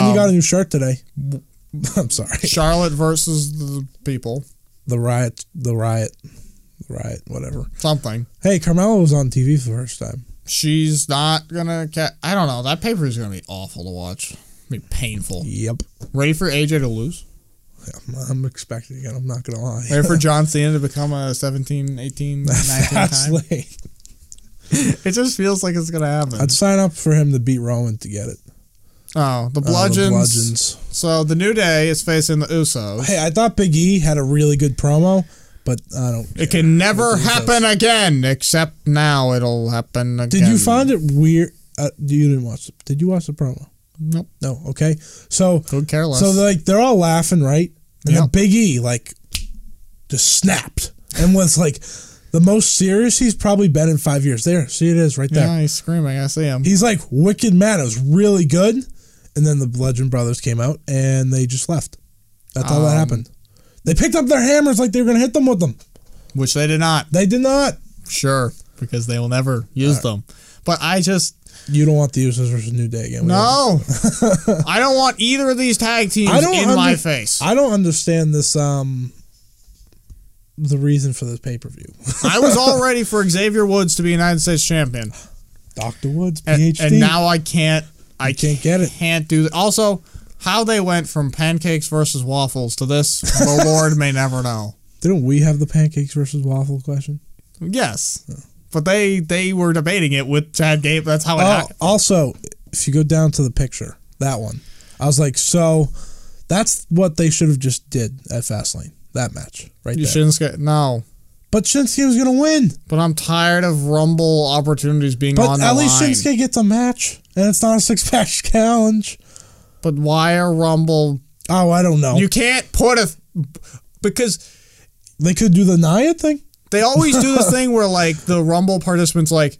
Um,
got a new shirt today. I'm sorry.
Charlotte versus the people.
the riot, the riot, the riot, whatever.
Something.
Hey, Carmelo was on TV for the first time.
She's not gonna. Ca- I don't know. That paper is gonna be awful to watch. Be painful.
Yep.
Ready for AJ to lose.
I'm, I'm expecting it. I'm not gonna lie.
Ready for John Cena to become a 17, 18, 19
That's
time.
late.
It just feels like it's gonna happen.
I'd sign up for him to beat Rowan to get it.
oh, the
Uh, the
bludgeons.
bludgeons.
So the New Day is facing the Usos.
Hey, I thought Big E had a really good promo, but I don't.
It can never happen again, except now it'll happen again.
Did you find it weird? Uh, you didn't watch. The, did you watch the promo?
Nope.
No. Okay. So,
Could care less.
so like they're all laughing, right? And
Yep.
then Big E like just snapped and was like the most serious he's probably been in five years. There, see it is right there.
yeah, he's screaming. I see him.
He's like wicked mad. It was really good. And then the Legend Brothers came out and they just left. That's all that
Um,
happened. They picked up their hammers like they were gonna hit them with them.
Which they did not.
They did not.
Sure, because they will never use
Uh,
them. But I just
You don't want the Usos versus New Day again. We don't-
no. I don't want either of these tag teams
I don't
in my
under-
face. I,
I don't understand this. Um, the reason for this pay per view,
was all ready for Xavier Woods to be United States champion,
Doctor Woods,
and,
PhD.
and now I can't. I
can't get it.
Can't do that. Also, how they went from pancakes versus waffles to this, the Lord may never know.
didn't we have the pancakes versus waffle question?
Yes, but they they were debating it with Chad Gabe. That's how it.
Oh,
happened.
also, if you go down to the picture, that one, I was like, so that's what they should have just did at Fastlane. That match, right
You
there.
shouldn't get no.
But Shinsuke was gonna win.
But I'm tired of Rumble opportunities being
But
on the
at least
line.
Shinsuke gets a match, and it's not a six match challenge.
But why are Rumble?
Oh, I don't know.
You can't put a because
they could do the Nia thing.
they always do this thing where like the Rumble participants like,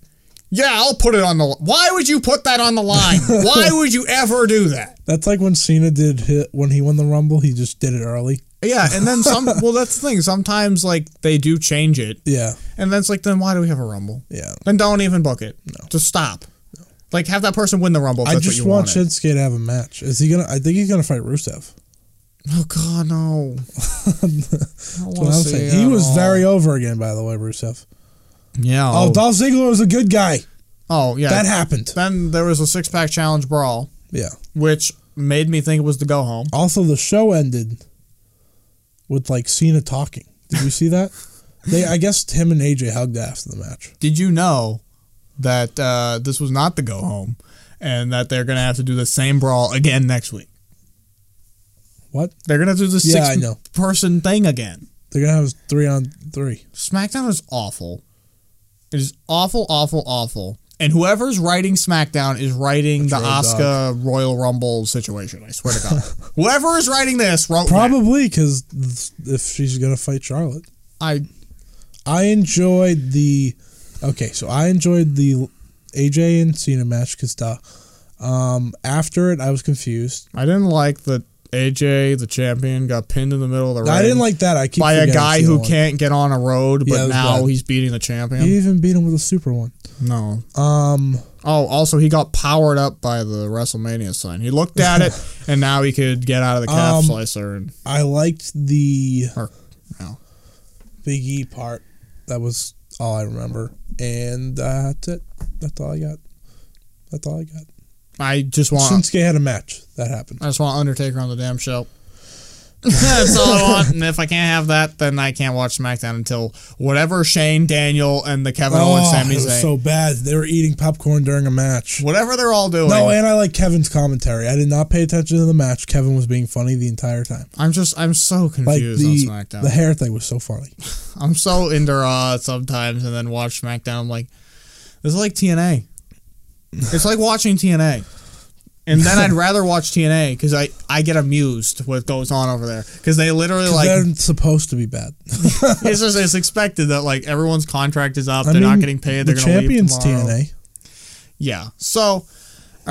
yeah, I'll put it on the. li-" Why would you put that on the line? Why would you ever do that?
That's like when Cena did hit when he won the Rumble. He just did it early.
Yeah, and then some. Well, that's the thing. Sometimes like they do change it,
Yeah,
and then it's like, then why do we have a Rumble?
yeah.
Then don't even book it. Just stop. Like have that person win the Rumble. If
I
that's
just
what you
want
wanted.
Shinsuke to have a match. Is he gonna? I think he's gonna fight Rusev.
Oh God, no. I don't
That's what
wanna
I'm
see
saying.
it
He
at
was
all.
very over again, by the way, Rusev.
yeah.
Oh,
Oh,
Dolph Ziggler was a good guy.
oh yeah.
That happened.
then there was a six pack challenge brawl.
Yeah.
which made me think it was the go home.
Also, the show ended with like Cena talking. Did you see that? They, I guess, him and AJ hugged after the match.
Did you know that uh, this was not the go home and that they're going to have to do the same brawl again next week?
What?
They're gonna do the
Yeah,
six
I know.
person thing again.
They're gonna have three on three.
SmackDown is awful. It is awful, awful, awful. And whoever's writing SmackDown is writing the
real dog.
Oscar Royal Rumble situation. I swear to God, whoever is writing this wrote that.
Probably because if she's gonna fight Charlotte,
I
I enjoyed the. Okay, so I enjoyed the AJ and Cena match because duh. Um, after it, I was confused.
I didn't like that AJ, the champion, got pinned in the middle of the ring.
I didn't like that. I keep
by a
forgetting
guy
Cena
who
won.
can't get on a road,
Yeah,
but
it was
now
bad.
he's beating the champion.
He even beat him with a super one.
no.
Um,
Oh, also he got powered up by the WrestleMania sign. He looked at it, and now he could get out of the calf
Um,
slicer. And
I liked the
or, no.
Big E part. That was all I remember, and uh, that's it. That's all I got. That's all I got.
I just want
Shinsuke had a match. That happened.
I just want Undertaker on the damn show. That's all I want. And if I can't have that, then I can't watch SmackDown until whatever Shane Daniel and the Kevin Owens,
Oh, it
Sami
was
Zayn,
so bad. They were eating popcorn during a match.
whatever they're all doing.
No, and I like Kevin's commentary. I did not pay attention to the match. Kevin was being funny the entire time.
I'm just I'm so
Like
confused on
the
SmackDown.
the hair thing was so funny.
I'm so into Raw sometimes, and then watch SmackDown. I'm like, this is like TNA. It's like watching TNA. And then I'd rather watch TNA because I, I get amused what goes on over there because they literally like
They're supposed to be bad.
it's just it's expected that like everyone's contract is up
I
they're not
mean,
getting paid
The
they're gonna
champions
leave tomorrow.
TNA.
yeah so all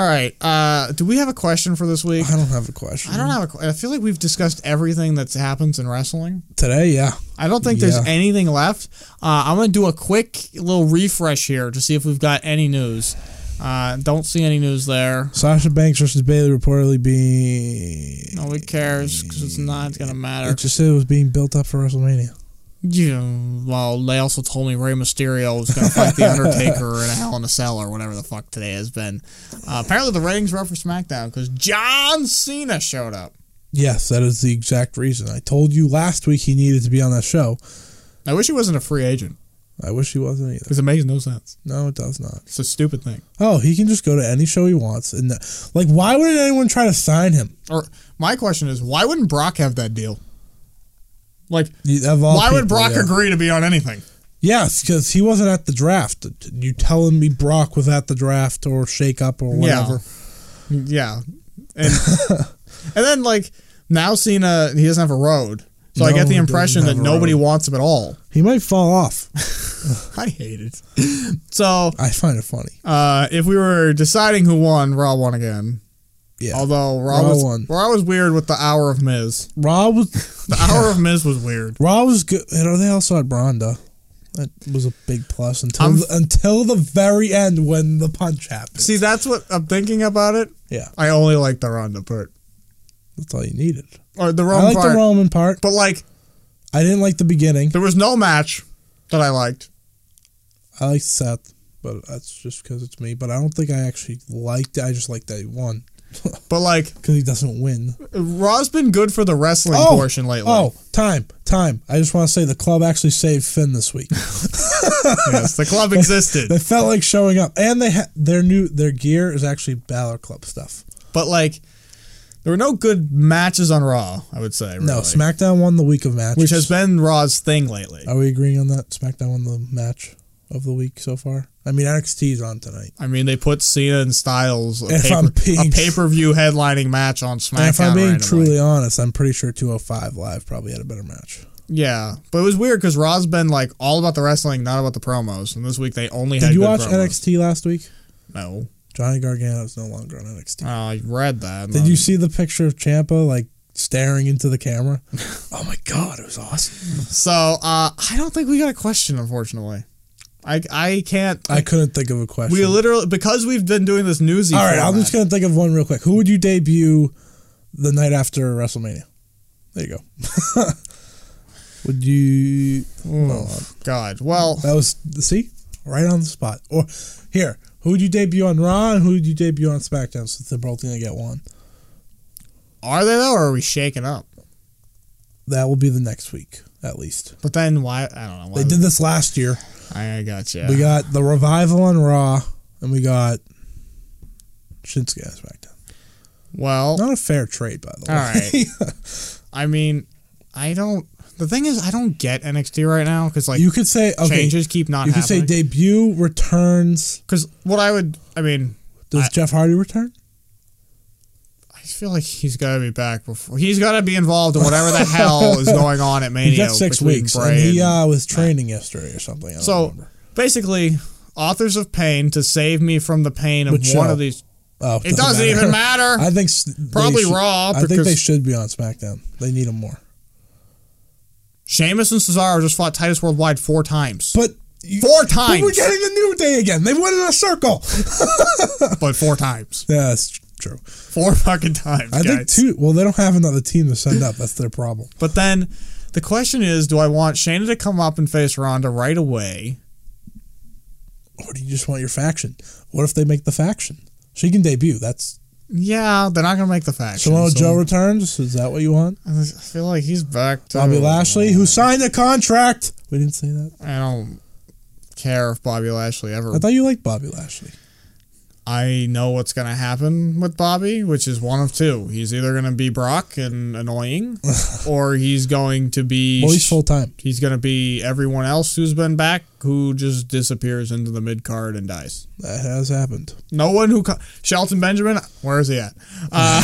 right uh do we have a question for this week
I don't have a question.
I don't have a que- I feel like we've discussed everything that happens in wrestling
Today, yeah.
I don't think
Yeah.
there's anything left. Uh, I'm going to do a quick little refresh here to see if we've got any news. Uh, don't see any news there.
Sasha Banks versus Bailey reportedly being.
No one cares because it's not going to matter.
It just said it was being built up for WrestleMania.
Yeah, well, they also told me Rey Mysterio is going to fight The Undertaker in a Hell in a Cell or whatever the fuck today has been. Uh, apparently, the ratings were up for SmackDown because John Cena showed up.
Yes, that is the exact reason. I told you last week he needed to be on that show.
I wish he wasn't a free agent
I wish he wasn't either.
because it makes no sense.
No, it does not.
It's a stupid thing.
Oh, he can just go to any show he wants, and like, why would anyone try to sign him?
Or my question is, why wouldn't Brock have that deal? Like,
Of all
why would
people,
Brock
yeah.
agree to be on anything?
Yes, because he wasn't at the draft. You telling me Brock was at the draft or shake up or whatever?
Yeah. And, and then, like, now Cena, he doesn't have a road. So I
No,
get the
he
impression that
doesn't have a
nobody
road.
wants him at all.
He might fall off.
I hate it. So
I find it funny.
uh, if we were deciding who won, Raw won again.
Yeah,
Although Raw,
Raw
was,
won.
Raw was weird with the Hour of Miz.
Raw was
The Hour of Miz was weird.
Raw was good. You know, they also had Ronda. That was a big plus until
I'm-
the, until the very end when the punch happened.
See, that's what I'm thinking about it.
Yeah,
I only like the Ronda part.
that's all you needed.
Or the
I
Rome
like
part.
the Roman part.
but, like,
I didn't like the beginning.
there was no match that I liked.
I like Seth, but that's just because it's me. But I don't think I actually liked it. I just liked that he won
But, like,
because he doesn't win.
Raw's been good for the wrestling
Oh,
portion lately.
Oh, time, time. I just want to say the club actually saved Finn this week.
yes, the club existed.
they felt like showing up, and they ha- their new their gear is actually Balor Club stuff.
But like, there were no good matches on Raw. I would say
No,
really,
SmackDown won the week of matches.
which has been Raw's thing lately.
Are we agreeing on that? SmackDown won the match of the week so far. I mean, NXT's on tonight.
I mean, they put Cena and Styles a
If
paper,
I'm
a
being-
pay-per-view headlining match on SmackDown.
and if I'm being
randomly.
truly honest, I'm pretty sure 205 Live probably had a better match.
yeah, but it was weird because Raw's been like all about the wrestling, not about the promos. And this week they only
Did
had.
you
good
watch
promos.
NXT last week?
No,
Johnny Gargano's no longer on NXT.
oh, I read that.
Did you see the picture of Champa like staring into the camera? oh my god, it was awesome.
So uh, I don't think we got a question, unfortunately. I I can't.
I couldn't think of a question.
we literally because we've been doing this newsy.
All right, I'm
format-
just gonna think of one real quick. Who would you debut the night after WrestleMania? There you go. would you?
Oh, God. Well,
That was see right on the spot. Or here, who would you debut on Raw and who would you debut on SmackDown? Since they're both gonna get one,
are they though, or are we shaking up?
that will be the next week at least.
But then why? I don't know. Why
They did this last year.
I got you.
We got the revival on Raw, and we got Shinsuke on SmackDown.
Well,
Not a fair trade, by the way.
All right. I mean, I don't. The thing is, I don't get NXT right now because like
you could say okay.
changes keep not
you could say
happening.
debut returns.
Because what I would, I mean,
Does
I-
Jeff Hardy return?
I feel like he's got to be back before he's got to be involved in whatever the hell is going on at Mania.
He got six
between
weeks,
Bray
and he
and-
uh, was training yesterday or something. I don't
so
remember.
basically, authors of pain to save me from the pain of
But
one
Joe,
of these.
oh,
It doesn't even matter.
I think s-
Probably
they should-
Raw,
I think
because-
they should be on SmackDown. They need him more.
Sheamus and Cesaro just fought Titus Worldwide four times,
But you,
Four
But we're
times.
getting the New Day again. They went in a circle.
but four times,
yeah, that's true.
four fucking times.
I
guys.
think two. Well, they don't have another team to send up. That's their problem.
But then the question is, do I want Shayna to come up and face Ronda right away?
Or do you just want your faction? What if they make the faction? She can debut. That's
Yeah, they're not gonna make the fact.
Samoa Joe returns. Is that what you want?
I feel like he's back. To,
Bobby Lashley, who signed a contract. We didn't say that.
I don't care if Bobby Lashley ever.
I thought you liked Bobby Lashley.
I know what's gonna happen with Bobby, which is one of two. He's either gonna be Brock and annoying, or he's going to be.
Well, he's full time.
he's gonna be everyone else who's been back who just disappears into the mid card and dies.
That has happened.
No one who co- Shelton Benjamin, where is he at? Uh,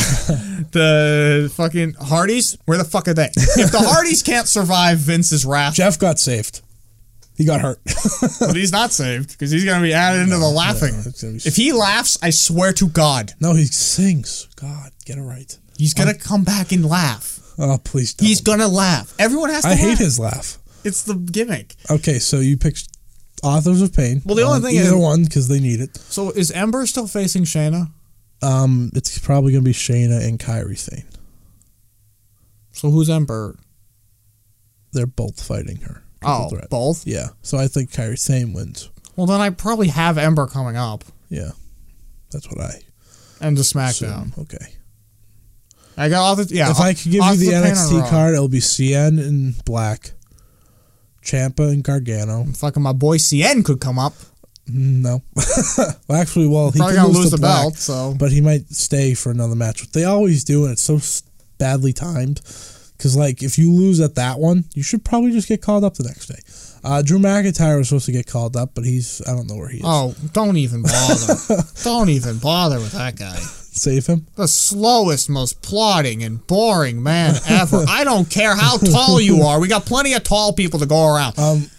the fucking Hardys, where the fuck are they? If the Hardys can't survive Vince's wrath,
Jeff got saved. He got hurt.
but he's not saved because he's gonna be added into the laughing.
it's gonna be-
if he laughs, I swear to God,
no, he sings. God, get it right.
he's gonna come back and laugh.
Oh, please don't.
He's gonna laugh. Everyone has to.
I hate
laugh.
his laugh.
It's the gimmick.
Okay, so you picked authors of pain.
Well, the only
Um,
thing
either
is-
one because they need it.
So is Ember still facing Shayna?
Um, it's probably gonna be Shayna and Kyrie Sane.
So who's Ember?
They're both fighting her. Triple
Oh,
threat.
both.
yeah. So I think Kyrie Sane wins.
Well, then I probably have Ember coming up
Yeah, that's what I
and to SmackDown.
assume. Okay.
I got all the yeah.
if I could give you
Austin
the
Payne and
NXT
Raw.
card, it'll be CN and Black, Champa and Gargano.
fucking my boy CN could come up.
Mm, No, well, actually, well, he
Probably
could
gonna
lose,
lose
the,
the
Black,
belt, so-
but he might stay for another match. But they always do, and it's so s- badly timed. Because like, if you lose at that one, you should probably just get called up the next day. Uh, Drew McIntyre was supposed to get called up, but he's I don't know where he is.
Oh, don't even bother. don't even bother with that guy.
Save him.
The slowest, most plodding and boring man ever. I don't care how tall you are. We got plenty of tall people to go around.
Um,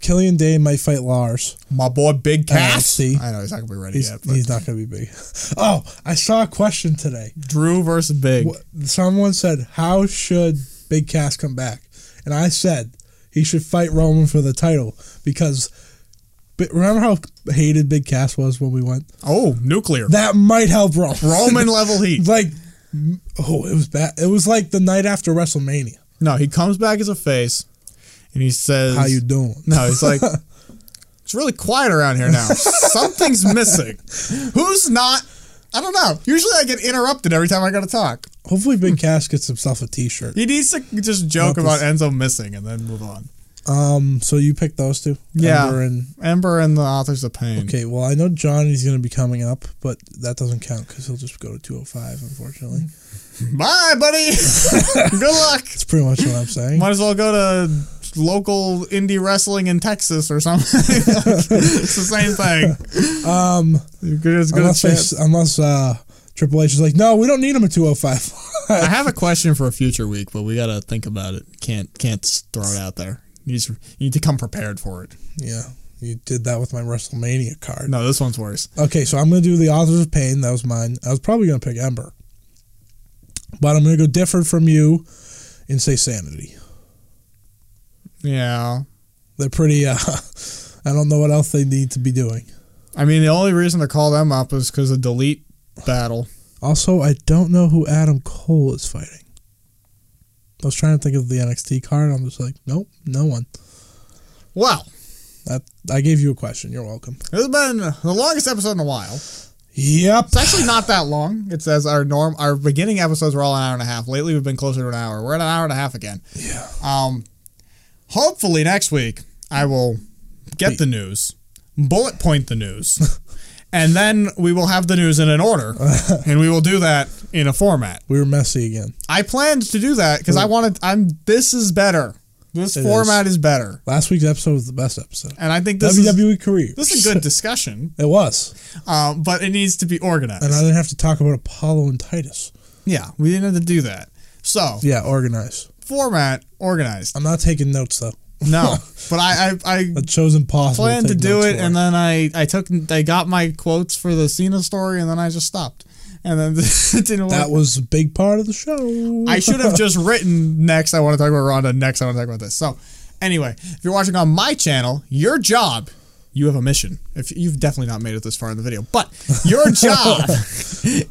Killian Day might fight Lars.
my boy Big Cass.
NXT.
I know he's not gonna be ready
uh, He's,
yet. But
he's not going to be big. Oh, I saw a question today.
Drew versus Big.
Wh- someone said, "How should Big Cass come back?" And I said, "He should fight Roman for the title because." But remember how hated Big Cass was when we went?
Oh, nuclear.
That might help Roman.
Roman level heat.
like, oh, it was bad. It was like the night after WrestleMania.
No, he comes back as a face, and he says,
How you doing?
No, he's like, it's really quiet around here now. Something's missing. Who's not? I don't know. Usually I get interrupted every time I got to talk. E
Hopefully, Big Cass gets himself a T-shirt.
He needs to just joke
Not
about
this-
Enzo missing and then move on.
Um, so you picked those two,
Yeah.
Ember and
Ember and the authors of pain.
okay. Well, I know Johnny's going to be coming up, but that doesn't count because he'll just go to 205. Unfortunately,
Mm-hmm. Bye, buddy. Good luck.
that's pretty much what I'm saying.
Might as well go to local indie wrestling in Texas or something. it's the same thing.
Um.
You could just go to
unless they,
Chad.
unless uh, Triple H is like, no, we don't need him oh at 205.
I have a question for a future week, but we gotta think about it. Can't can't s- throw it out there. You, just, you need to come prepared for it.
yeah, you did that with my WrestleMania card.
No, this one's worse.
Okay, so I'm gonna do the Authors of Pain. That was mine. I was probably gonna pick Ember, but I'm gonna go different from you and say Sanity.
Yeah,
They're pretty. Uh, I don't know what else they need to be doing.
I mean the only reason to call them up is because of delete battle.
Also, I don't know who Adam Cole is fighting. I was trying to think of the NXT card. I'm just like, nope, no one.
Wow,
That I gave you a question. You're welcome.
this has been the longest episode in a while.
Yep.
It's actually not that long. It says our norm, our beginning episodes were all an hour and a half. Lately, we've been closer to an hour. We're at an hour and a half again.
Yeah.
Um, hopefully next week I will get the news, bullet point the news, and then we will have the news in an order, and we will do that in a format.
We were messy again.
I planned to do that because I wanted. I'm. This is better. This
Hmm. It
format is. better,
Last week's episode was the best episode.
and I think this is
WWE career.
this is a good discussion.
It was,
Um, but it needs to be organized.
and I didn't have to talk about Apollo and Titus.
yeah, we didn't have to do that. So
Yeah, organize.
format organized.
I'm not taking notes though.
No, but I I, I
That show's impossible.
planned to
take
do
notes
it,
for.
and then I I took I got my quotes for the Cena story, and then I just stopped, and then it didn't work.
that was a big part of the show.
I should have just written next. I want to talk about Ronda. Next, I want to talk about this. So, anyway, if you're watching on my channel, your job, you have a mission. If you've definitely not made it this far in the video, but your job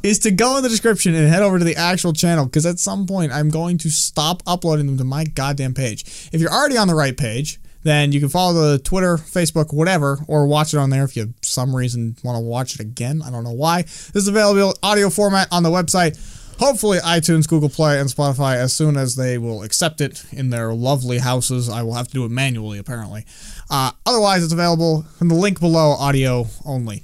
is to go in the description and head over to the actual channel because at some point I'm going to stop uploading them to my goddamn page. If you're already on the right page. Then you can follow the Twitter, Facebook, whatever, or watch it on there if you some reason want to watch it again. I don't know why. This is available audio format on the website hopefully iTunes, Google Play, and Spotify as soon as they will accept it in their lovely houses. I will have to do it manually, apparently. Uh, otherwise, it's available in the link below, audio only.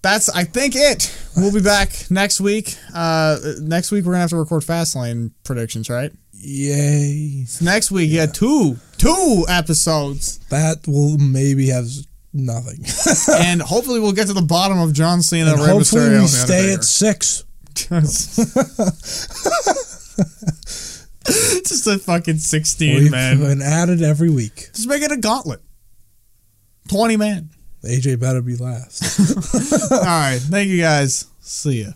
That's, I think, it. We'll be back next week. Uh, next week, we're going to have to record Fastlane predictions, right?
Yay!
Next week, yeah, two, two episodes.
That will maybe have nothing.
and hopefully, we'll get to the bottom of John Cena. Rey
Hopefully,
Mysterio,
we
and
stay
Undertaker.
at six.
Just Just a fucking 16
We've
man.
been at it every week.
Just make it a gauntlet. 20 man.
AJ better be last.
All right. Thank you guys. See ya.